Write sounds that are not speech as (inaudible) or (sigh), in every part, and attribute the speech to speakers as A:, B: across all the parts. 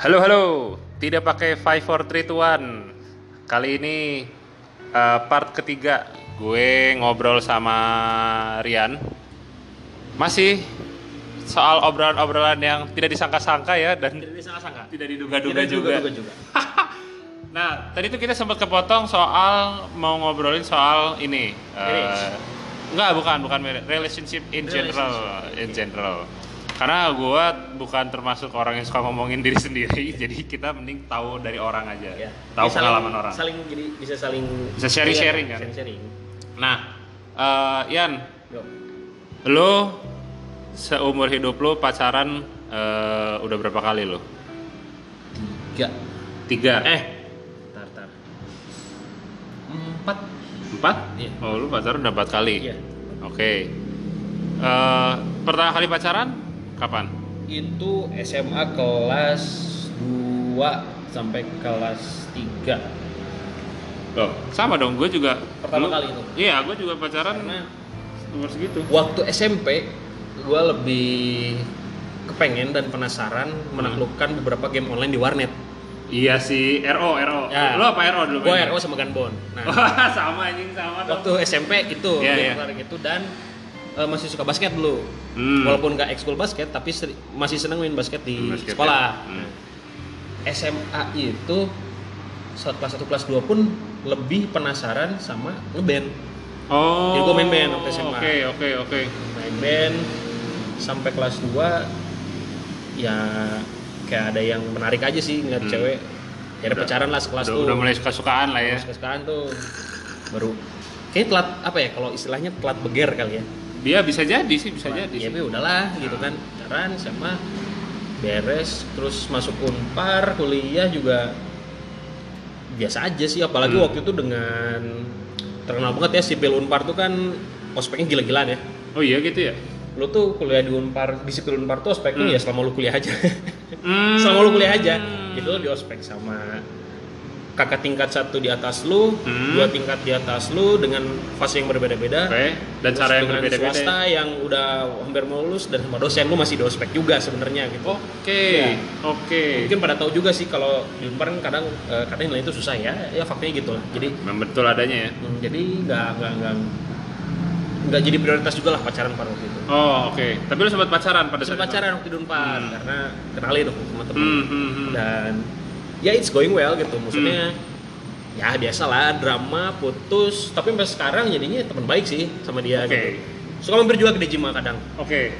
A: Halo halo, tidak pakai 5 4 3 2 1. Kali ini eh, part ketiga gue ngobrol sama Rian. Masih soal obrolan-obrolan yang tidak disangka-sangka ya dan
B: Tidak bisa sangka.
A: tidak diduga-duga juga.
B: juga.
A: Nah, tadi tuh kita sempat kepotong soal mau ngobrolin soal ini. eh,
B: Marriage.
A: enggak, bukan, bukan marriage. relationship in general,
B: Relationship,
A: in general. Karena gue bukan termasuk orang yang suka ngomongin diri sendiri, (laughs) jadi kita mending tahu dari orang aja,
B: Ya.
A: tahu
B: Jadi
A: pengalaman
B: saling-
A: orang.
B: Saling jadi bisa saling
A: Bisa sharing-sharing, kan?
B: Sharing sharing.
A: Nah, eh, Ian,
B: Yo.
A: lo seumur hidup lo pacaran eh, udah berapa kali lo?
B: Tiga.
A: Tiga,
B: Eh. Tar tar. Empat.
A: empat?
B: Iya.
A: Oh, lo pacaran udah empat kali.
B: Iya.
A: Oke. Eh, pertama kali pacaran kapan?
B: Itu SMA kelas 2 sampai kelas 3
A: Oh, sama dong. Gue juga
B: pertama
A: lu-
B: kali itu.
A: Iya, gue juga pacaran
B: Karena
A: umur segitu.
B: waktu SMP gue lebih kepengen dan penasaran
A: Hmm.
B: menaklukkan beberapa game online di warnet.
A: Iya sih, RO, RO.
B: Ya.
A: Lo apa RO dulu?
B: Gue
A: mainnya?
B: RO sama Gunbon. Nah,
A: Wah, (laughs) sama anjing sama dong.
B: waktu SMP itu
A: Iya,
B: dia
A: iya.
B: tertarik itu gitu, dan eh, masih suka basket dulu
A: Hmm.
B: walaupun nggak ekskul basket tapi seri- masih seneng main basket di
A: Basket,
B: sekolah
A: ya. Hmm.
B: SMA itu saat kelas 1 kelas 2 pun lebih penasaran sama ngeband
A: Oh.
B: Jadi gua main band waktu SMA.
A: Oke, oke, oke.
B: main band sampai kelas 2 ya kayak ada yang menarik aja sih ngeliat
A: Hmm.
B: cewek ya ada
A: Udah-
B: pacaran lah sekelas
A: Udah,
B: tuh
A: udah mulai suka-sukaan lah ya.
B: sekelas tuh baru kayak telat apa ya kalau istilahnya telat beger kali ya
A: Dia bisa jadi sih, bisa
B: Iya,
A: jadi.
B: ya
A: sih.
B: tapi udahlah gitu kan Taran sama beres terus masuk unpar kuliah juga biasa aja sih apalagi
A: Hmm.
B: waktu itu dengan terkenal banget ya sipil unpar tuh kan ospeknya gila-gilaan ya
A: Oh iya gitu ya.
B: lu tuh kuliah di unpar di sipil unpar tuh ospeknya
A: Hmm.
B: ya selama lu kuliah aja (laughs)
A: Hmm.
B: selama lu kuliah aja jadi lu di ospek sama kakak tingkat satu di atas lu
A: Hmm.
B: dua tingkat di atas lu dengan fase yang berbeda-beda
A: Oke, dan
B: Terus
A: cara yang
B: dengan swasta
A: berbeda-beda. ya.
B: yang udah hampir mau lulus dan sama dosen lu masih di ospek juga sebenarnya gitu.
A: Oke,
B: Iya.
A: oke.
B: Mungkin pada tahu juga sih kalau di Unpar kan kadang eh, kadang nilai itu susah ya. Ya faktanya gitu lah. Jadi
A: Memang betul adanya ya.
B: hmm, jadi nggak nggak nggak nggak jadi prioritas juga lah pacaran pada waktu itu.
A: Oh, oke. Tapi lu sempat pacaran pada
B: Terus
A: saat itu?
B: pacaran waktu di Unpar
A: Hmm.
B: karena kenalin dong sama temen
A: Hmm, hmm, hmm.
B: dan ya it's going well gitu maksudnya
A: Hmm.
B: ya biasalah drama putus tapi sampai sekarang jadinya teman baik sih sama dia
A: Oke.
B: gitu suka mampir juga ke Dejima kadang
A: Oke.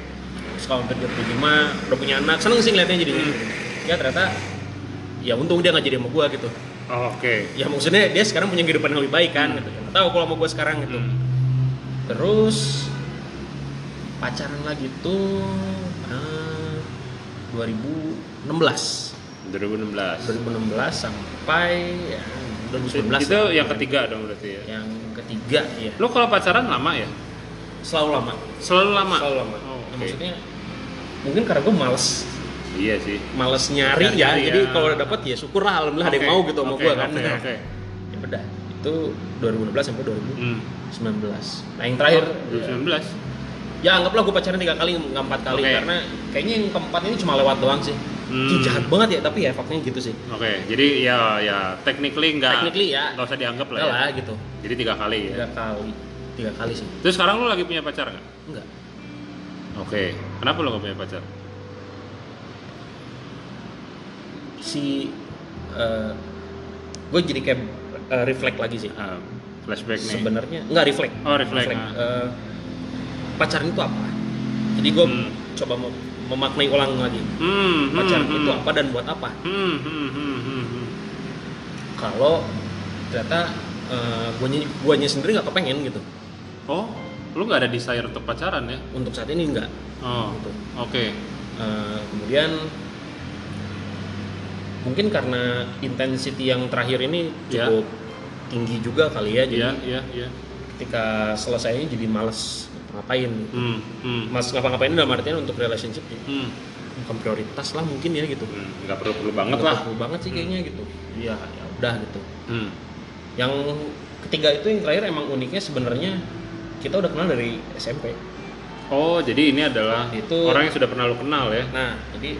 B: sekolah hampir 25 udah punya anak seneng sih ngeliatnya jadinya
A: Hmm.
B: ya ternyata ya untung dia nggak jadi sama gue gitu
A: Oh, Oke.
B: ya maksudnya dia sekarang punya kehidupan yang lebih baik kan gitu Nggak tahu kalau sama gue sekarang gitu
A: Hmm.
B: terus pacaran lagi tuh ah, 2016
A: 2016.
B: 2016 sampai ya, 2019
A: Itu
B: lah.
A: yang ketiga dong berarti ya.
B: yang ketiga ya
A: Lu kalau pacaran lama ya?
B: selalu lama
A: Selalu lama.
B: selalu lama
A: Oh,
B: Ya,
A: oke.
B: maksudnya mungkin karena gue males
A: Iya sih.
B: males
A: Nyari,
B: nyari ya
A: nyari,
B: jadi
A: ya.
B: kalau dapet ya syukur lah alhamdulillah ada yang
A: Oke,
B: mau gitu sama
A: oke,
B: gua kan
A: Oke,
B: (laughs) Nah,
A: oke.
B: ya udah itu 2016 sampai 2019
A: Hmm.
B: nah yang terakhir ya,
A: 2019.
B: ya anggaplah gue pacaran tiga kali nggak empat kali
A: Oke.
B: karena kayaknya yang keempat ini cuma lewat doang sih
A: Hmm.
B: Itu jahat banget ya tapi ya faktanya gitu sih
A: Oke, jadi ya ya technically enggak
B: Technically ya.
A: usah dianggap lah
B: enggak
A: ya.
B: lah gitu
A: Jadi tiga kali ya.
B: tiga kali tiga kali sih
A: Terus sekarang lu lagi punya pacar nggak?
B: enggak
A: Oke. Kenapa lu nggak punya pacar?
B: si eh gue jadi kayak eh, reflect lagi sih
A: Ah, flashback nih.
B: sebenarnya nggak reflect
A: Oh, reflect, ah.
B: Eh, pacaran itu apa jadi gue
A: Hmm.
B: coba mem- memaknai ulang lagi
A: Hmm, hmm,
B: pacaran
A: hmm.
B: itu apa dan buat apa
A: Hmm, hmm, hmm, hmm, hmm.
B: kalau ternyata gue guanya sendiri nggak kepengen gitu
A: Oh, lu nggak ada desire untuk pacaran ya?
B: untuk saat ini nggak
A: Oh,
B: Gitu.
A: oke.
B: Eh, kemudian mungkin karena intensity yang terakhir ini
A: Iya.
B: cukup tinggi juga kali ya jadi
A: Iya, iya, iya.
B: ketika selesainya jadi males ngapain
A: Hmm, hmm,
B: mas ngapa-ngapain dalam artian untuk relationship ya,
A: hmm.
B: bukan prioritas lah mungkin ya gitu
A: Hmm, Nggak perlu perlu banget lah.
B: Perlu banget sih kayaknya gitu ya ya udah gitu
A: Hmm.
B: yang ketiga itu yang terakhir emang uniknya sebenarnya kita udah kenal dari SMP
A: Oh, jadi ini adalah
B: Itu-
A: orang yang sudah pernah lu kenal ya?
B: nah jadi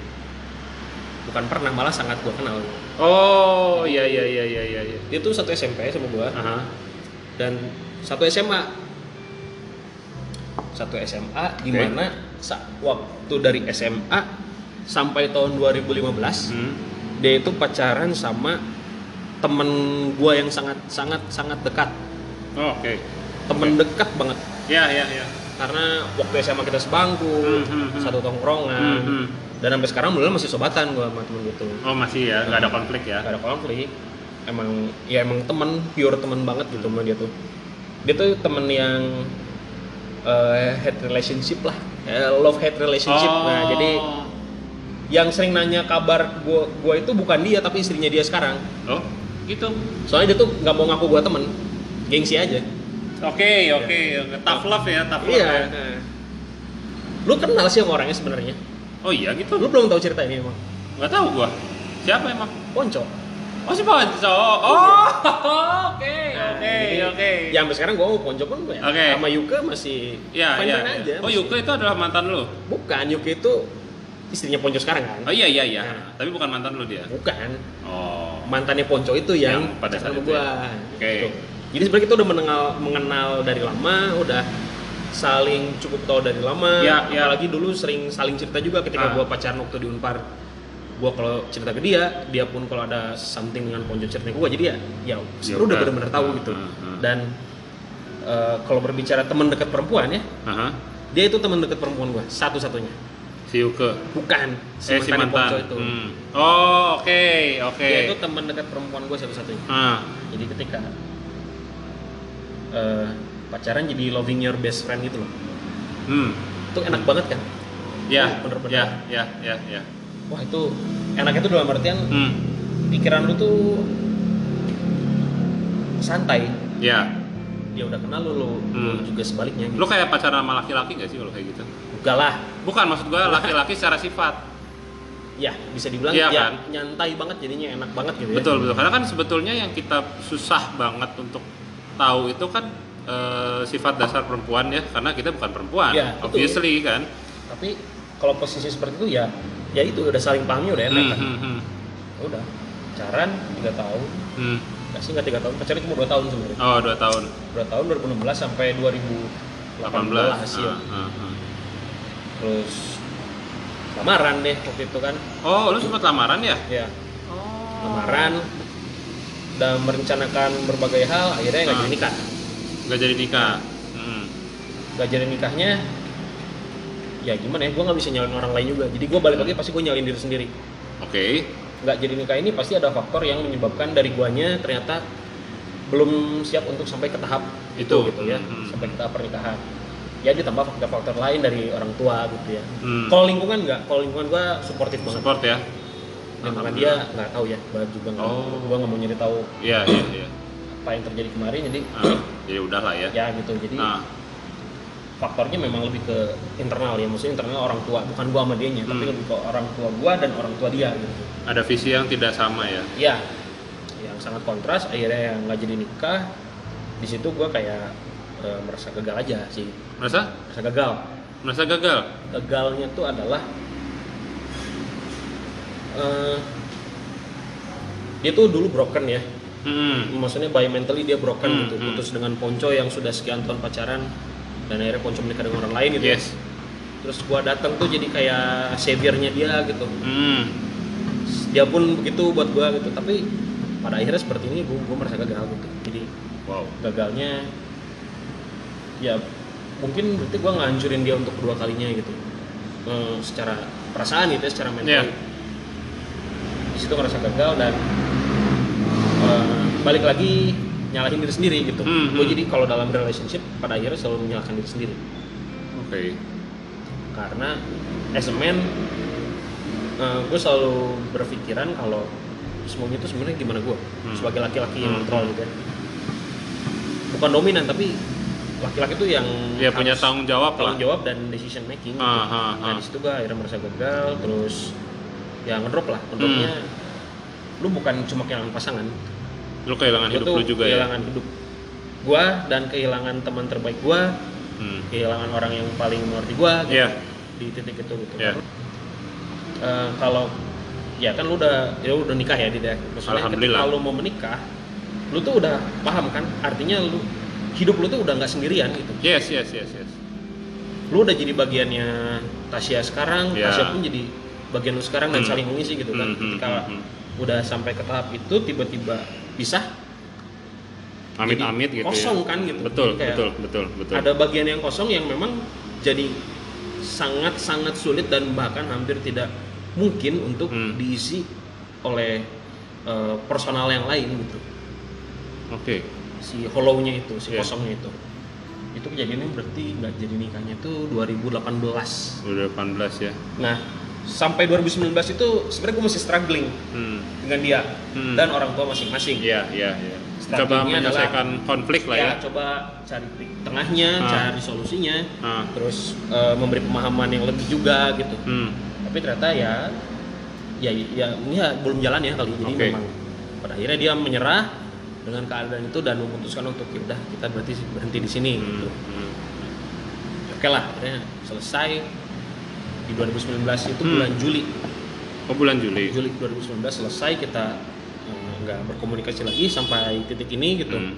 B: bukan pernah malah sangat gua kenal
A: Oh iya iya iya iya iya. iya.
B: dia tuh satu SMP sama gua
A: Aha.
B: dan satu SMA satu SMA di
A: Oke.
B: mana sa- waktu dari SMA sampai tahun 2015
A: Hmm.
B: dia itu pacaran sama temen gua yang sangat sangat sangat dekat
A: Oh, Oke.
B: temen dekat banget
A: Ya ya ya.
B: karena waktu SMA kita
A: Hmm,
B: sebangku
A: hmm, hmm.
B: satu tongkrongan
A: Hmm, hmm.
B: dan sampai sekarang belum masih sobatan gua sama temen gitu
A: Oh masih ya, nggak ada konflik ya.
B: gak ada konflik emang ya emang temen pure temen banget gitu sama dia tuh dia tuh temen yang eh head relationship lah Eh, love hate relationship
A: Oh.
B: nah jadi yang sering nanya kabar gua gua itu bukan dia tapi istrinya dia sekarang
A: Oh gitu.
B: soalnya dia tuh nggak mau ngaku gua temen gengsi aja
A: Oke oke. Tough love ya tough love.
B: iya
A: ya.
B: nah. lu kenal sih sama orangnya sebenarnya
A: Oh iya gitu.
B: lu belum tahu cerita ini emang
A: Nggak tahu gua. Siapa emang?
B: ponco
A: Oh si Ponco. Oh iya. Eh, oke
B: Nah,
A: oke
B: jadi,
A: oke.
B: ya sampai sekarang gua mau ponco pun ya
A: Oke.
B: sama Yuka masih
A: iya. Ya,
B: fine-fine
A: ya,
B: aja Hmm.
A: ya. Oh
B: masih.
A: Yuka itu adalah mantan lu?
B: Bukan, Yuki itu istrinya Ponco sekarang kan?
A: Oh iya iya iya.
B: Nah.
A: Tapi bukan mantan lu dia.
B: Bukan,
A: Oh.
B: mantannya Ponco itu yang,
A: Yang pada saat
B: pacaran sama
A: itu
B: gua.
A: ya. Oke.
B: Gitu. Jadi sebenarnya kita udah mengenal, mengenal dari lama, udah saling cukup tahu dari lama.
A: Ya, ya.
B: Apalagi dulu sering saling cerita juga
A: Ah.
B: ketika gua pacaran waktu di Unpar. Gua kalau cerita ke dia, dia pun kalau ada something dengan Ponco cerita ke gua. Jadi ya, ya sebenarnya udah
A: udah.
B: benar-benar tahu gitu.
A: Ah, ah.
B: Dan eh, kalau berbicara teman dekat perempuan ya,
A: Aha.
B: dia itu teman dekat perempuan gua, satu-satunya.
A: Si Yuka.
B: Bukan si
A: eh si
B: mantannya Ponco
A: mantan.
B: itu.
A: Hmm. Oh oke oke.
B: dia itu teman dekat perempuan gue satu-satunya
A: Ah.
B: jadi ketika eh, pacaran jadi loving your best friend gitu loh
A: Hmm.
B: itu enak banget kan
A: Ya,
B: Oh, bener-bener.
A: ya, ya, ya, ya.
B: wah itu enaknya itu dalam artian
A: Hmm.
B: pikiran lu tuh santai
A: Ya.
B: dia udah kenal lu lu, lu
A: Hmm.
B: juga sebaliknya gitu
A: Lu kayak pacaran sama laki-laki gak sih kalau kayak gitu?
B: Enggak lah
A: Bukan, maksud gua laki-laki secara sifat.
B: ya bisa dibilang
A: Iya
B: ya,
A: kan?
B: nyantai banget jadinya enak banget gitu ya
A: Betul, betul. Karena kan sebetulnya yang kita susah banget untuk tahu itu kan eh, sifat dasar perempuan ya, karena kita bukan perempuan.
B: Ya, betul.
A: obviously kan.
B: tapi kalau posisi seperti itu ya ya itu udah saling pahamnya udah enak
A: Hmm,
B: kan Ya
A: hmm, hmm.
B: udah pacaran tiga tahun
A: Hmm.
B: nggak sih nggak tiga tahun pacaran cuma dua tahun sebenarnya
A: Oh, dua tahun.
B: udah tahun 2016 sampai 2018
A: 18. Ah,
B: ya.
A: ah, ah.
B: Terus lamaran deh waktu itu kan.
A: Oh, lu sempat lamaran ya?
B: Ya,
A: Oh.
B: lamaran dan merencanakan berbagai hal akhirnya nggak
A: Ah.
B: jadi nikah.
A: Gak jadi nikah. Hmm.
B: Nggak jadi nikahnya ya gimana ya gue nggak bisa nyalain orang lain juga jadi gue balik lagi pasti gue nyalain diri sendiri
A: Oke.
B: nggak jadi nikah ini pasti ada faktor yang menyebabkan dari guanya ternyata belum siap untuk sampai ke tahap itu,
A: Itu.
B: gitu ya
A: Hmm.
B: sampai ke tahap pernikahan ya ditambah faktor-faktor lain dari orang tua gitu ya
A: Hmm.
B: Kalau lingkungan nggak, kalau lingkungan gue suportif banget.
A: Support ya?
B: Dan karena dia nggak tahu ya, gue juga nggak.
A: Oh.
B: Gue nggak mau nyari tahu
A: Iya, iya, iya.
B: apa yang terjadi kemarin, jadi
A: Ah, jadi udah lah ya.
B: ya gitu. Jadi
A: Nah,
B: faktornya memang lebih ke internal ya, maksudnya internal orang tua, bukan gue sama dia tapi
A: Hmm.
B: lebih ke orang tua gue dan orang tua dia gitu.
A: ada visi yang tidak sama ya.
B: Ya, yang sangat kontras. Akhirnya yang nggak jadi nikah, di situ gue kayak eh, merasa gagal aja sih,
A: Merasa?
B: merasa gagal.
A: Merasa gagal?
B: gagalnya tuh adalah eh, dia tuh dulu broken ya
A: Hmm.
B: maksudnya by mentally dia broken
A: Hmm,
B: gitu
A: hmm.
B: putus dengan Ponco yang sudah sekian tahun pacaran dan akhirnya Ponco menikah dengan orang lain gitu
A: Yes.
B: terus gua datang tuh jadi kayak saviornya dia gitu
A: Hmm.
B: dia pun begitu buat gua gitu tapi pada akhirnya seperti ini gua, gua merasa gagal gitu jadi
A: Wow.
B: gagalnya ya mungkin berarti gue ngancurin dia untuk kedua kalinya gitu Eh, secara perasaan gitu ya secara
A: Iya.
B: mental di situ merasa gagal dan eh, balik lagi nyalahin diri sendiri gitu
A: Hmm,
B: gue
A: hmm.
B: jadi kalau dalam relationship pada akhirnya selalu menyalahkan diri sendiri
A: Oke.
B: karena as a man gue selalu berpikiran kalau semuanya itu sebenarnya gimana gue
A: Hmm.
B: sebagai laki-laki
A: Hmm.
B: yang kontrol gitu ya bukan dominan tapi laki-laki itu yang
A: Ya punya
B: harus
A: tanggung jawab lah.
B: tanggung jawab dan decision making gitu.
A: Ah, ah,
B: nah
A: ah.
B: di situ gue akhirnya merasa gagal terus ya ngedrop lah
A: Hmm.
B: ngedropnya lu bukan cuma kehilangan pasangan
A: Lu kehilangan
B: lu
A: hidup
B: tuh
A: lu juga ya.
B: kehilangan hidup gue dan kehilangan teman terbaik gue
A: Hmm. Ya.
B: kehilangan orang yang paling mengerti gue gitu
A: Iya.
B: di titik itu gitu
A: Iya.
B: Eh, kalau ya kan lu udah ya udah nikah ya tidak maksudnya
A: Alhamdulillah.
B: ketika lu mau menikah lu tuh udah paham kan artinya lu hidup lu tuh udah nggak sendirian gitu
A: Yes, yes, yes, yes.
B: lu udah jadi bagiannya Tasya sekarang
A: Ya.
B: Tasya pun jadi bagian lu sekarang dan
A: Hmm.
B: saling mengisi gitu
A: Hmm,
B: kan
A: hmm,
B: ketika
A: hmm, hmm.
B: udah sampai ke tahap itu tiba-tiba pisah
A: Amit-amit
B: Jadi
A: gitu
B: kosong
A: ya.
B: kan gitu.
A: Betul,
B: Kayak
A: betul, betul, betul.
B: ada bagian yang kosong yang memang jadi sangat-sangat sulit dan bahkan hampir tidak mungkin untuk
A: Hmm.
B: diisi oleh eh, personal yang lain gitu
A: Oke.
B: si hollownya itu si
A: Iya.
B: kosongnya itu itu kejadiannya berarti nggak jadi nikahnya itu 2018
A: Udah 18 ya.
B: nah sampai 2019 itu sebenarnya gue masih struggling
A: Hmm.
B: dengan dia
A: Hmm.
B: dan orang tua masing-masing
A: Iya, iya, iya. Coba
B: Strateginya
A: menyelesaikan konflik lah ya.
B: ya coba cari titik tengahnya
A: Ah.
B: cari solusinya
A: Ah.
B: terus eh, memberi pemahaman yang lebih juga gitu
A: Hmm.
B: tapi ternyata ya ya ya, ya belum jalan ya kali jadi
A: Oke.
B: memang pada akhirnya dia menyerah dengan keadaan itu dan memutuskan untuk "Ya udah kita berarti berhenti di sini gitu.
A: Hmm. hmm.
B: oke lah akhirnya selesai di 2019 itu
A: Hmm.
B: bulan Juli
A: Oh, bulan Juli.
B: Juli 2019 selesai kita eh, nggak berkomunikasi lagi sampai titik ini gitu
A: Hmm.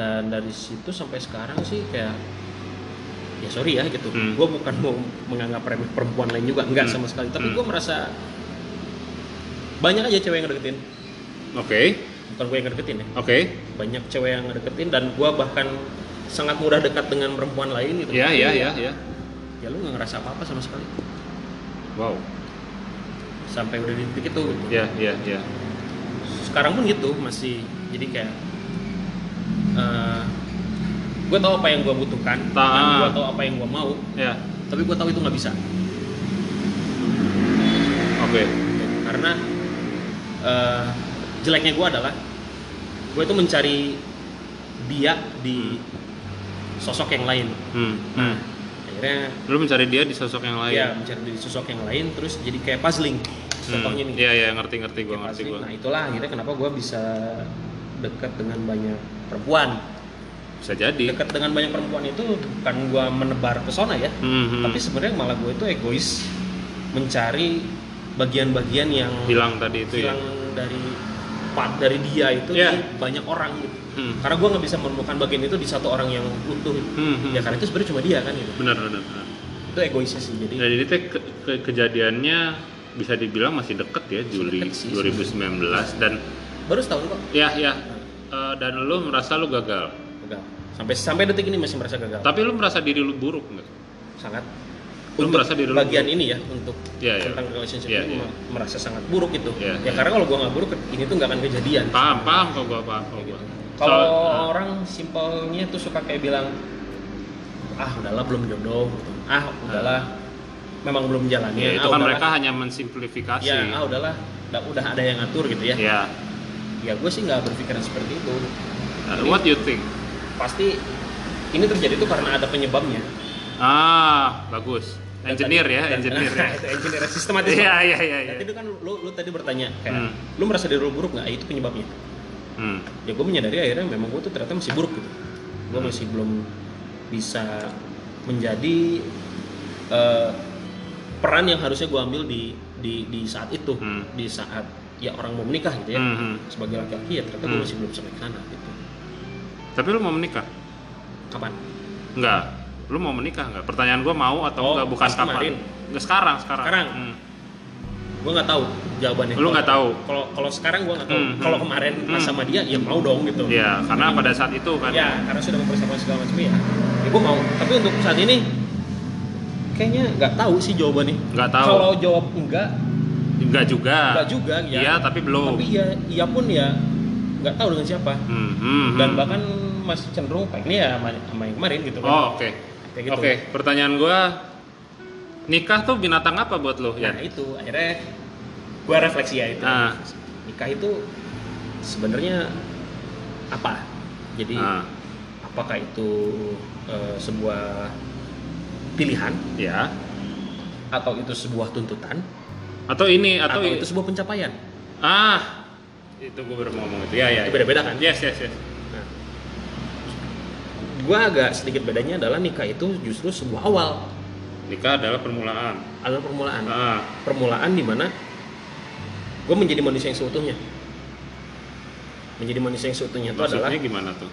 B: dan dari situ sampai sekarang sih kayak ya sorry ya gitu
A: Hmm.
B: gue bukan mau menganggap remeh perempuan lain juga enggak
A: Hmm.
B: sama sekali
A: Hmm.
B: tapi gue merasa banyak aja cewek yang ngedeketin
A: Oke.
B: bukan gue yang ngedeketin ya
A: Oke.
B: banyak cewek yang ngedeketin dan gue bahkan sangat mudah dekat dengan perempuan lain gitu
A: Ya, ya, ya, ya.
B: ya lu nggak ngerasa apa apa sama sekali
A: Wow.
B: sampai udah di titik itu gitu.
A: Ya, ya, ya.
B: sekarang pun gitu masih jadi kayak gue tahu apa yang gue butuhkan dan
A: Ah.
B: gue tahu apa yang gue mau
A: Ya.
B: tapi gue tahu itu nggak bisa
A: Oke.
B: karena eh, jeleknya gue adalah gue itu mencari dia di sosok yang lain
A: Hmm. Hmm.
B: akhirnya
A: Lu mencari dia di sosok yang lain.
B: ya mencari di sosok yang lain terus jadi kayak puzzling
A: Hmm.
B: contohnya nih
A: Iya, iya, ngerti, ngerti gua,
B: Kayak
A: ngerti
B: puzzling.
A: gua.
B: nah itulah akhirnya kenapa gue bisa dekat dengan banyak perempuan
A: Bisa jadi.
B: dekat dengan banyak perempuan itu bukan gue menebar pesona ya
A: Hmm, hmm.
B: tapi sebenarnya malah gue itu egois mencari bagian-bagian yang
A: hilang tadi itu
B: hilang
A: ya.
B: dari part dari dia itu
A: Iya.
B: di banyak orang gitu.
A: Hmm.
B: Karena gue nggak bisa menemukan bagian itu di satu orang yang utuh.
A: Hmm, hmm.
B: Ya karena itu sebenarnya cuma dia kan gitu.
A: Benar, benar, benar.
B: Itu egoisnya sih. Jadi
A: Jadi itu ke- ke- kejadiannya bisa dibilang masih deket ya Juli
B: deket sih,
A: 2019 dan
B: baru setahun kok.
A: ya ya eh, dan lu merasa lu gagal.
B: Gagal. Sampai sampai detik ini masih merasa gagal.
A: Tapi lu merasa diri lu buruk nggak?
B: sangat.
A: Lu
B: untuk
A: merasa diri lu
B: bagian ini ya untuk
A: Iya, iya.
B: tentang relationship
A: Iya,
B: ini
A: iya.
B: me- merasa sangat buruk itu.
A: Iya,
B: ya
A: iya.
B: karena kalau gue nggak buruk ini tuh nggak akan kejadian.
A: Paham, paham kok gua, paham kok
B: Gitu.
A: gua.
B: Kalau
A: Soal- ah,
B: orang simpelnya tuh suka kayak bilang ah udahlah belum jodoh gitu. Ah udahlah memang belum jalannya.
A: ya,
B: Ah,
A: itu kan
B: udahlah.
A: mereka hanya mensimplifikasi.
B: Ya ah udahlah udah, udah ada yang ngatur gitu ya.
A: Ya.
B: Ya gue sih nggak berpikiran seperti itu.
A: Uh, what you think?
B: Pasti ini terjadi tuh karena ada penyebabnya.
A: Ah, bagus.
B: Dan
A: Engineer
B: tadi-
A: ya,
B: dan-
A: engineer ya.
B: itu engineer sistematis.
A: Iya, iya, iya, iya.
B: (laughs) Tadi itu kan lu, lu tadi bertanya kayak
A: Hmm.
B: lu merasa diri lu buruk nggak? Ah, Itu penyebabnya.
A: Hmm.
B: ya gue menyadari akhirnya memang gue tuh ternyata masih buruk gitu gue masih belum bisa menjadi eh, peran yang harusnya gue ambil di di di saat itu
A: Hmm.
B: di saat ya orang mau menikah gitu ya
A: Hmm, hmm.
B: sebagai laki-laki ya ternyata gue
A: Hmm.
B: masih belum sampai ke sana gitu
A: Tapi lu mau menikah?
B: kapan
A: Enggak. Lu mau menikah enggak? Pertanyaan gua mau atau
B: Oh,
A: enggak bukan
B: pas
A: kapan?
B: kemarin.
A: Enggak sekarang, sekarang.
B: Sekarang.
A: Hmm.
B: gue nggak tahu jawabannya
A: Lu nggak tahu?
B: kalau kalau sekarang gue nggak tahu
A: Hmm, hmm.
B: kalau kemarin pas
A: Hmm.
B: sama dia ya mau dong gitu
A: Iya, karena pada saat itu kan.
B: ya karena sudah mempersiapkan segala macam ya, ya gue mau tapi untuk saat ini kayaknya nggak tahu sih jawabannya
A: Nggak tahu.
B: kalau jawab enggak
A: Enggak juga.
B: enggak juga ya
A: Iya, tapi belum.
B: tapi ya iya pun ya nggak tahu dengan siapa
A: Hmm, hmm,
B: dan
A: hmm.
B: bahkan masih cenderung pengen ya sama, sama yang kemarin gitu kan
A: Oh, oke.
B: Kayak gitu.
A: Oke, pertanyaan gua nikah tuh binatang apa buat lu?
B: nah
A: Ya.
B: itu akhirnya gue refleksi ya itu
A: Ah.
B: nikah itu sebenarnya apa jadi
A: Ah,
B: apakah itu eh, sebuah pilihan
A: ya.
B: atau itu sebuah tuntutan
A: Atau ini
B: atau,
A: atau,
B: itu sebuah pencapaian
A: Ah, itu gue baru mau ngomong itu. Ya, ya.
B: Itu beda-beda kan?
A: Yes, yes, yes.
B: nah, gue agak sedikit bedanya adalah nikah itu justru sebuah awal
A: Nikah adalah permulaan.
B: adalah permulaan
A: Ah,
B: permulaan di mana gue menjadi manusia yang seutuhnya menjadi manusia yang seutuhnya itu adalah
A: Maksudnya gimana tuh?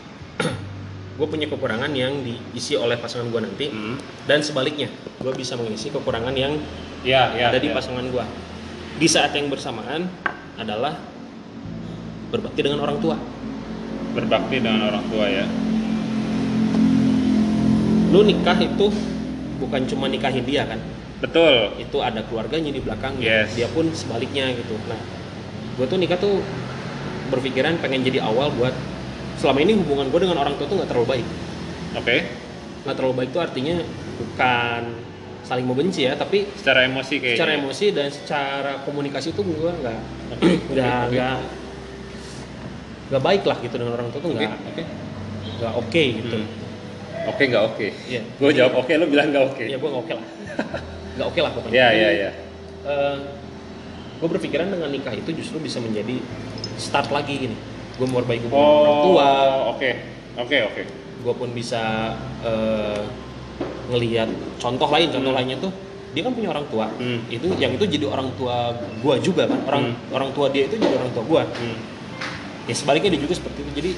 B: gue punya kekurangan yang diisi oleh pasangan gue nanti
A: Hmm.
B: dan sebaliknya gue bisa mengisi kekurangan yang
A: Ya, ya.
B: ada di
A: ya.
B: pasangan gue di saat yang bersamaan adalah berbakti dengan orang tua
A: Berbakti dengan orang tua ya.
B: lu nikah itu bukan cuma nikahin dia kan
A: Betul.
B: itu ada keluarganya di belakang gitu.
A: Yes.
B: dia pun sebaliknya gitu nah gue tuh nikah tuh berpikiran pengen jadi awal buat selama ini hubungan gue dengan orang tua tuh nggak terlalu baik
A: Oke.
B: nggak terlalu baik tuh artinya bukan saling membenci ya tapi
A: Secara emosi kayaknya.
B: secara emosi dan secara komunikasi tuh gue nggak
A: Oke,
B: (clears throat) nggak
A: oke,
B: nggak nggak baik lah gitu dengan orang tua tuh
A: Oke,
B: nggak
A: oke.
B: nggak oke gitu
A: Hmm. Oke nggak oke?
B: Iya.
A: Gue jawab oke, lo bilang nggak oke.
B: ya gue nggak oke
A: (laughs)
B: lah nggak oke lah pokoknya
A: Iya, iya, iya.
B: gue Eh, berpikiran dengan nikah itu justru bisa menjadi start lagi gini gue memperbaiki hubungan
A: Oh,
B: orang tua
A: Oke, oke, oke.
B: gue pun bisa eh, ngelihat contoh lain contoh
A: Hmm.
B: lainnya tuh dia kan punya orang tua
A: Hmm.
B: itu yang itu jadi orang tua gue juga kan orang orang tua dia itu jadi orang tua gue
A: Hmm.
B: ya sebaliknya dia juga seperti itu jadi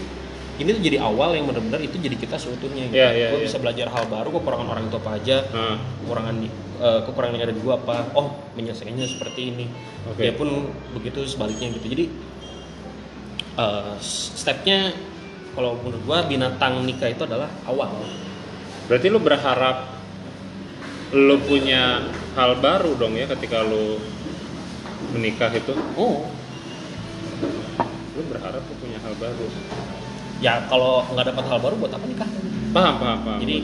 B: ini tuh jadi awal yang benar-benar itu jadi kita seutuhnya gitu.
A: Iya, iya, iya.
B: gue bisa belajar hal baru kekurangan orang tua apa aja
A: Ah,
B: kekurangan di- eh, kekurangan yang ada di gua apa oh menyelesaikannya seperti ini
A: Oke.
B: dia pun begitu sebaliknya gitu jadi eh, stepnya kalau menurut gua binatang nikah itu adalah awal
A: Berarti lo berharap lo punya hal baru dong ya ketika lo menikah itu?
B: oh
A: Lo berharap lo punya hal baru.
B: ya kalau nggak dapat hal baru buat apa nikah
A: Paham, paham, paham.
B: jadi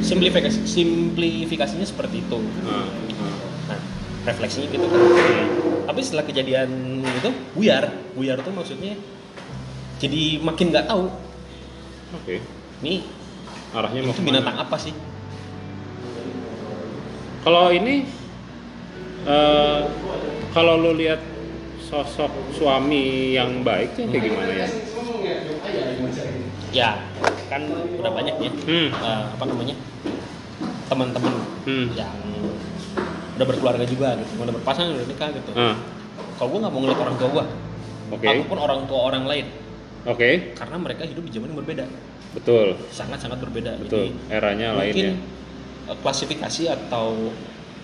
B: simplifikasi simplifikasinya seperti itu
A: Ah, ah.
B: nah refleksinya gitu kan tapi setelah kejadian itu buyar buyar tuh maksudnya jadi makin nggak tahu
A: Oke.
B: nih
A: Arahnya mau
B: itu
A: kemana?
B: binatang apa sih
A: Kalau ini, eh, kalau lo lihat sosok suami yang baik tuh kayak gimana ya?
B: ya kan udah banyak ya
A: Hmm,
B: eh, apa namanya teman-teman
A: hmm.
B: yang udah berkeluarga juga gitu udah berpasangan udah nikah gitu
A: Ah,
B: kalau gue nggak mau ngeliat orang tua gue
A: oke,
B: ataupun orang tua orang lain
A: oke,
B: karena mereka hidup di zaman yang berbeda
A: betul,
B: sangat-sangat berbeda
A: betul.
B: jadi
A: Eranya
B: mungkin
A: lainnya.
B: eh, klasifikasi atau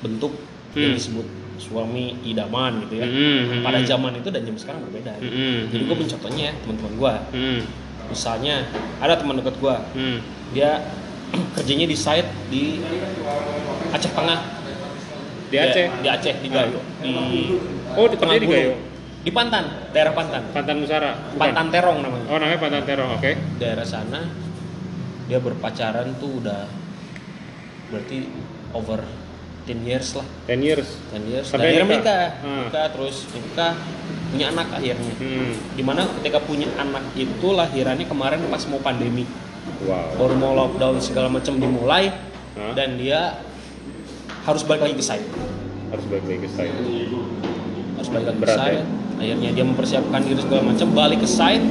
B: bentuk yang
A: Hmm.
B: disebut suami idaman gitu ya
A: Hmm, hmm,
B: pada
A: hmm.
B: zaman itu dan jam sekarang berbeda
A: Hmm, hmm,
B: jadi gue mencontohnya ya, teman-teman gue
A: hmm,
B: misalnya ada teman dekat gue
A: hmm.
B: dia (clears throat) kerjanya di site di Aceh Tengah
A: Di
B: Iya,
A: Aceh.
B: di Aceh di Gayo di
A: Oh, di tempatnya di
B: Gunung.
A: Gayo.
B: di Pantan daerah Pantan
A: Pantan Nusara. Bukan?
B: Pantan Terong namanya
A: Oh, namanya Pantan Terong. Oke.
B: daerah sana dia berpacaran tuh udah berarti over 10 years lah
A: 10 years.
B: 10 years
A: Sampai
B: Dan akhirnya
A: nikah.
B: menikah
A: Hmm.
B: nikah terus nikah punya anak akhirnya
A: Hmm.
B: dimana ketika punya anak itu lahirannya kemarin pas mau pandemi
A: Wow.
B: baru mau lockdown segala macam dimulai
A: Hah?
B: dan dia harus balik lagi ke site
A: Harus balik lagi ke saya.
B: harus balik lagi
A: Berat, ya?
B: ke site akhirnya dia mempersiapkan diri segala macam balik ke site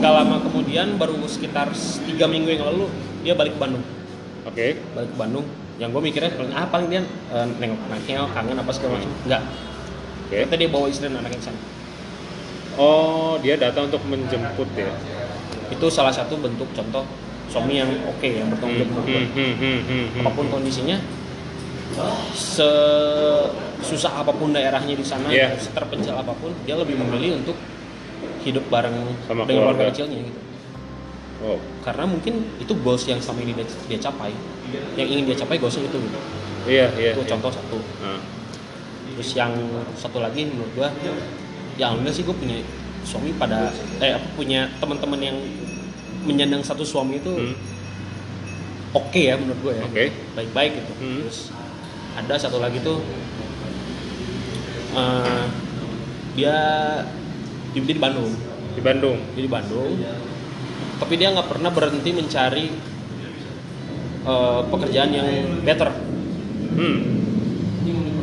B: gak lama kemudian baru sekitar tiga minggu yang lalu dia balik ke Bandung
A: Oke.
B: balik ke Bandung yang gue mikirnya paling ah paling dia eh, nengok anaknya kangen apa segala macam enggak
A: Oke.
B: ternyata dia bawa istri dan anaknya ke sana
A: Oh, dia datang untuk menjemput ya.
B: itu salah satu bentuk contoh suami yang oke yang bertanggung
A: Hmm,
B: jawab
A: hmm, hmm, hmm, hmm, hmm.
B: apapun kondisinya se susah apapun daerahnya di sana
A: Iya.
B: terpencil apapun dia lebih memilih untuk hidup bareng
A: Sama
B: dengan
A: keluarga.
B: keluarga. kecilnya gitu
A: Wow.
B: karena mungkin itu goals yang selama ini dia, dia capai yang ingin dia capai goalsnya itu gitu.
A: Iya, iya.
B: itu
A: iya.
B: contoh satu
A: Ah.
B: terus yang satu lagi menurut gua ya alhamdulillah sih gua punya suami pada eh punya teman-teman yang menyandang satu suami itu
A: Hmm,
B: oke ya menurut gua ya
A: Oke.
B: baik-baik gitu.
A: Hmm.
B: Terus ada satu lagi tuh eh, dia dia di Bandung,
A: Di Bandung.
B: dia di Bandung. Tapi dia nggak pernah berhenti mencari eh, pekerjaan yang better.
A: Hmm.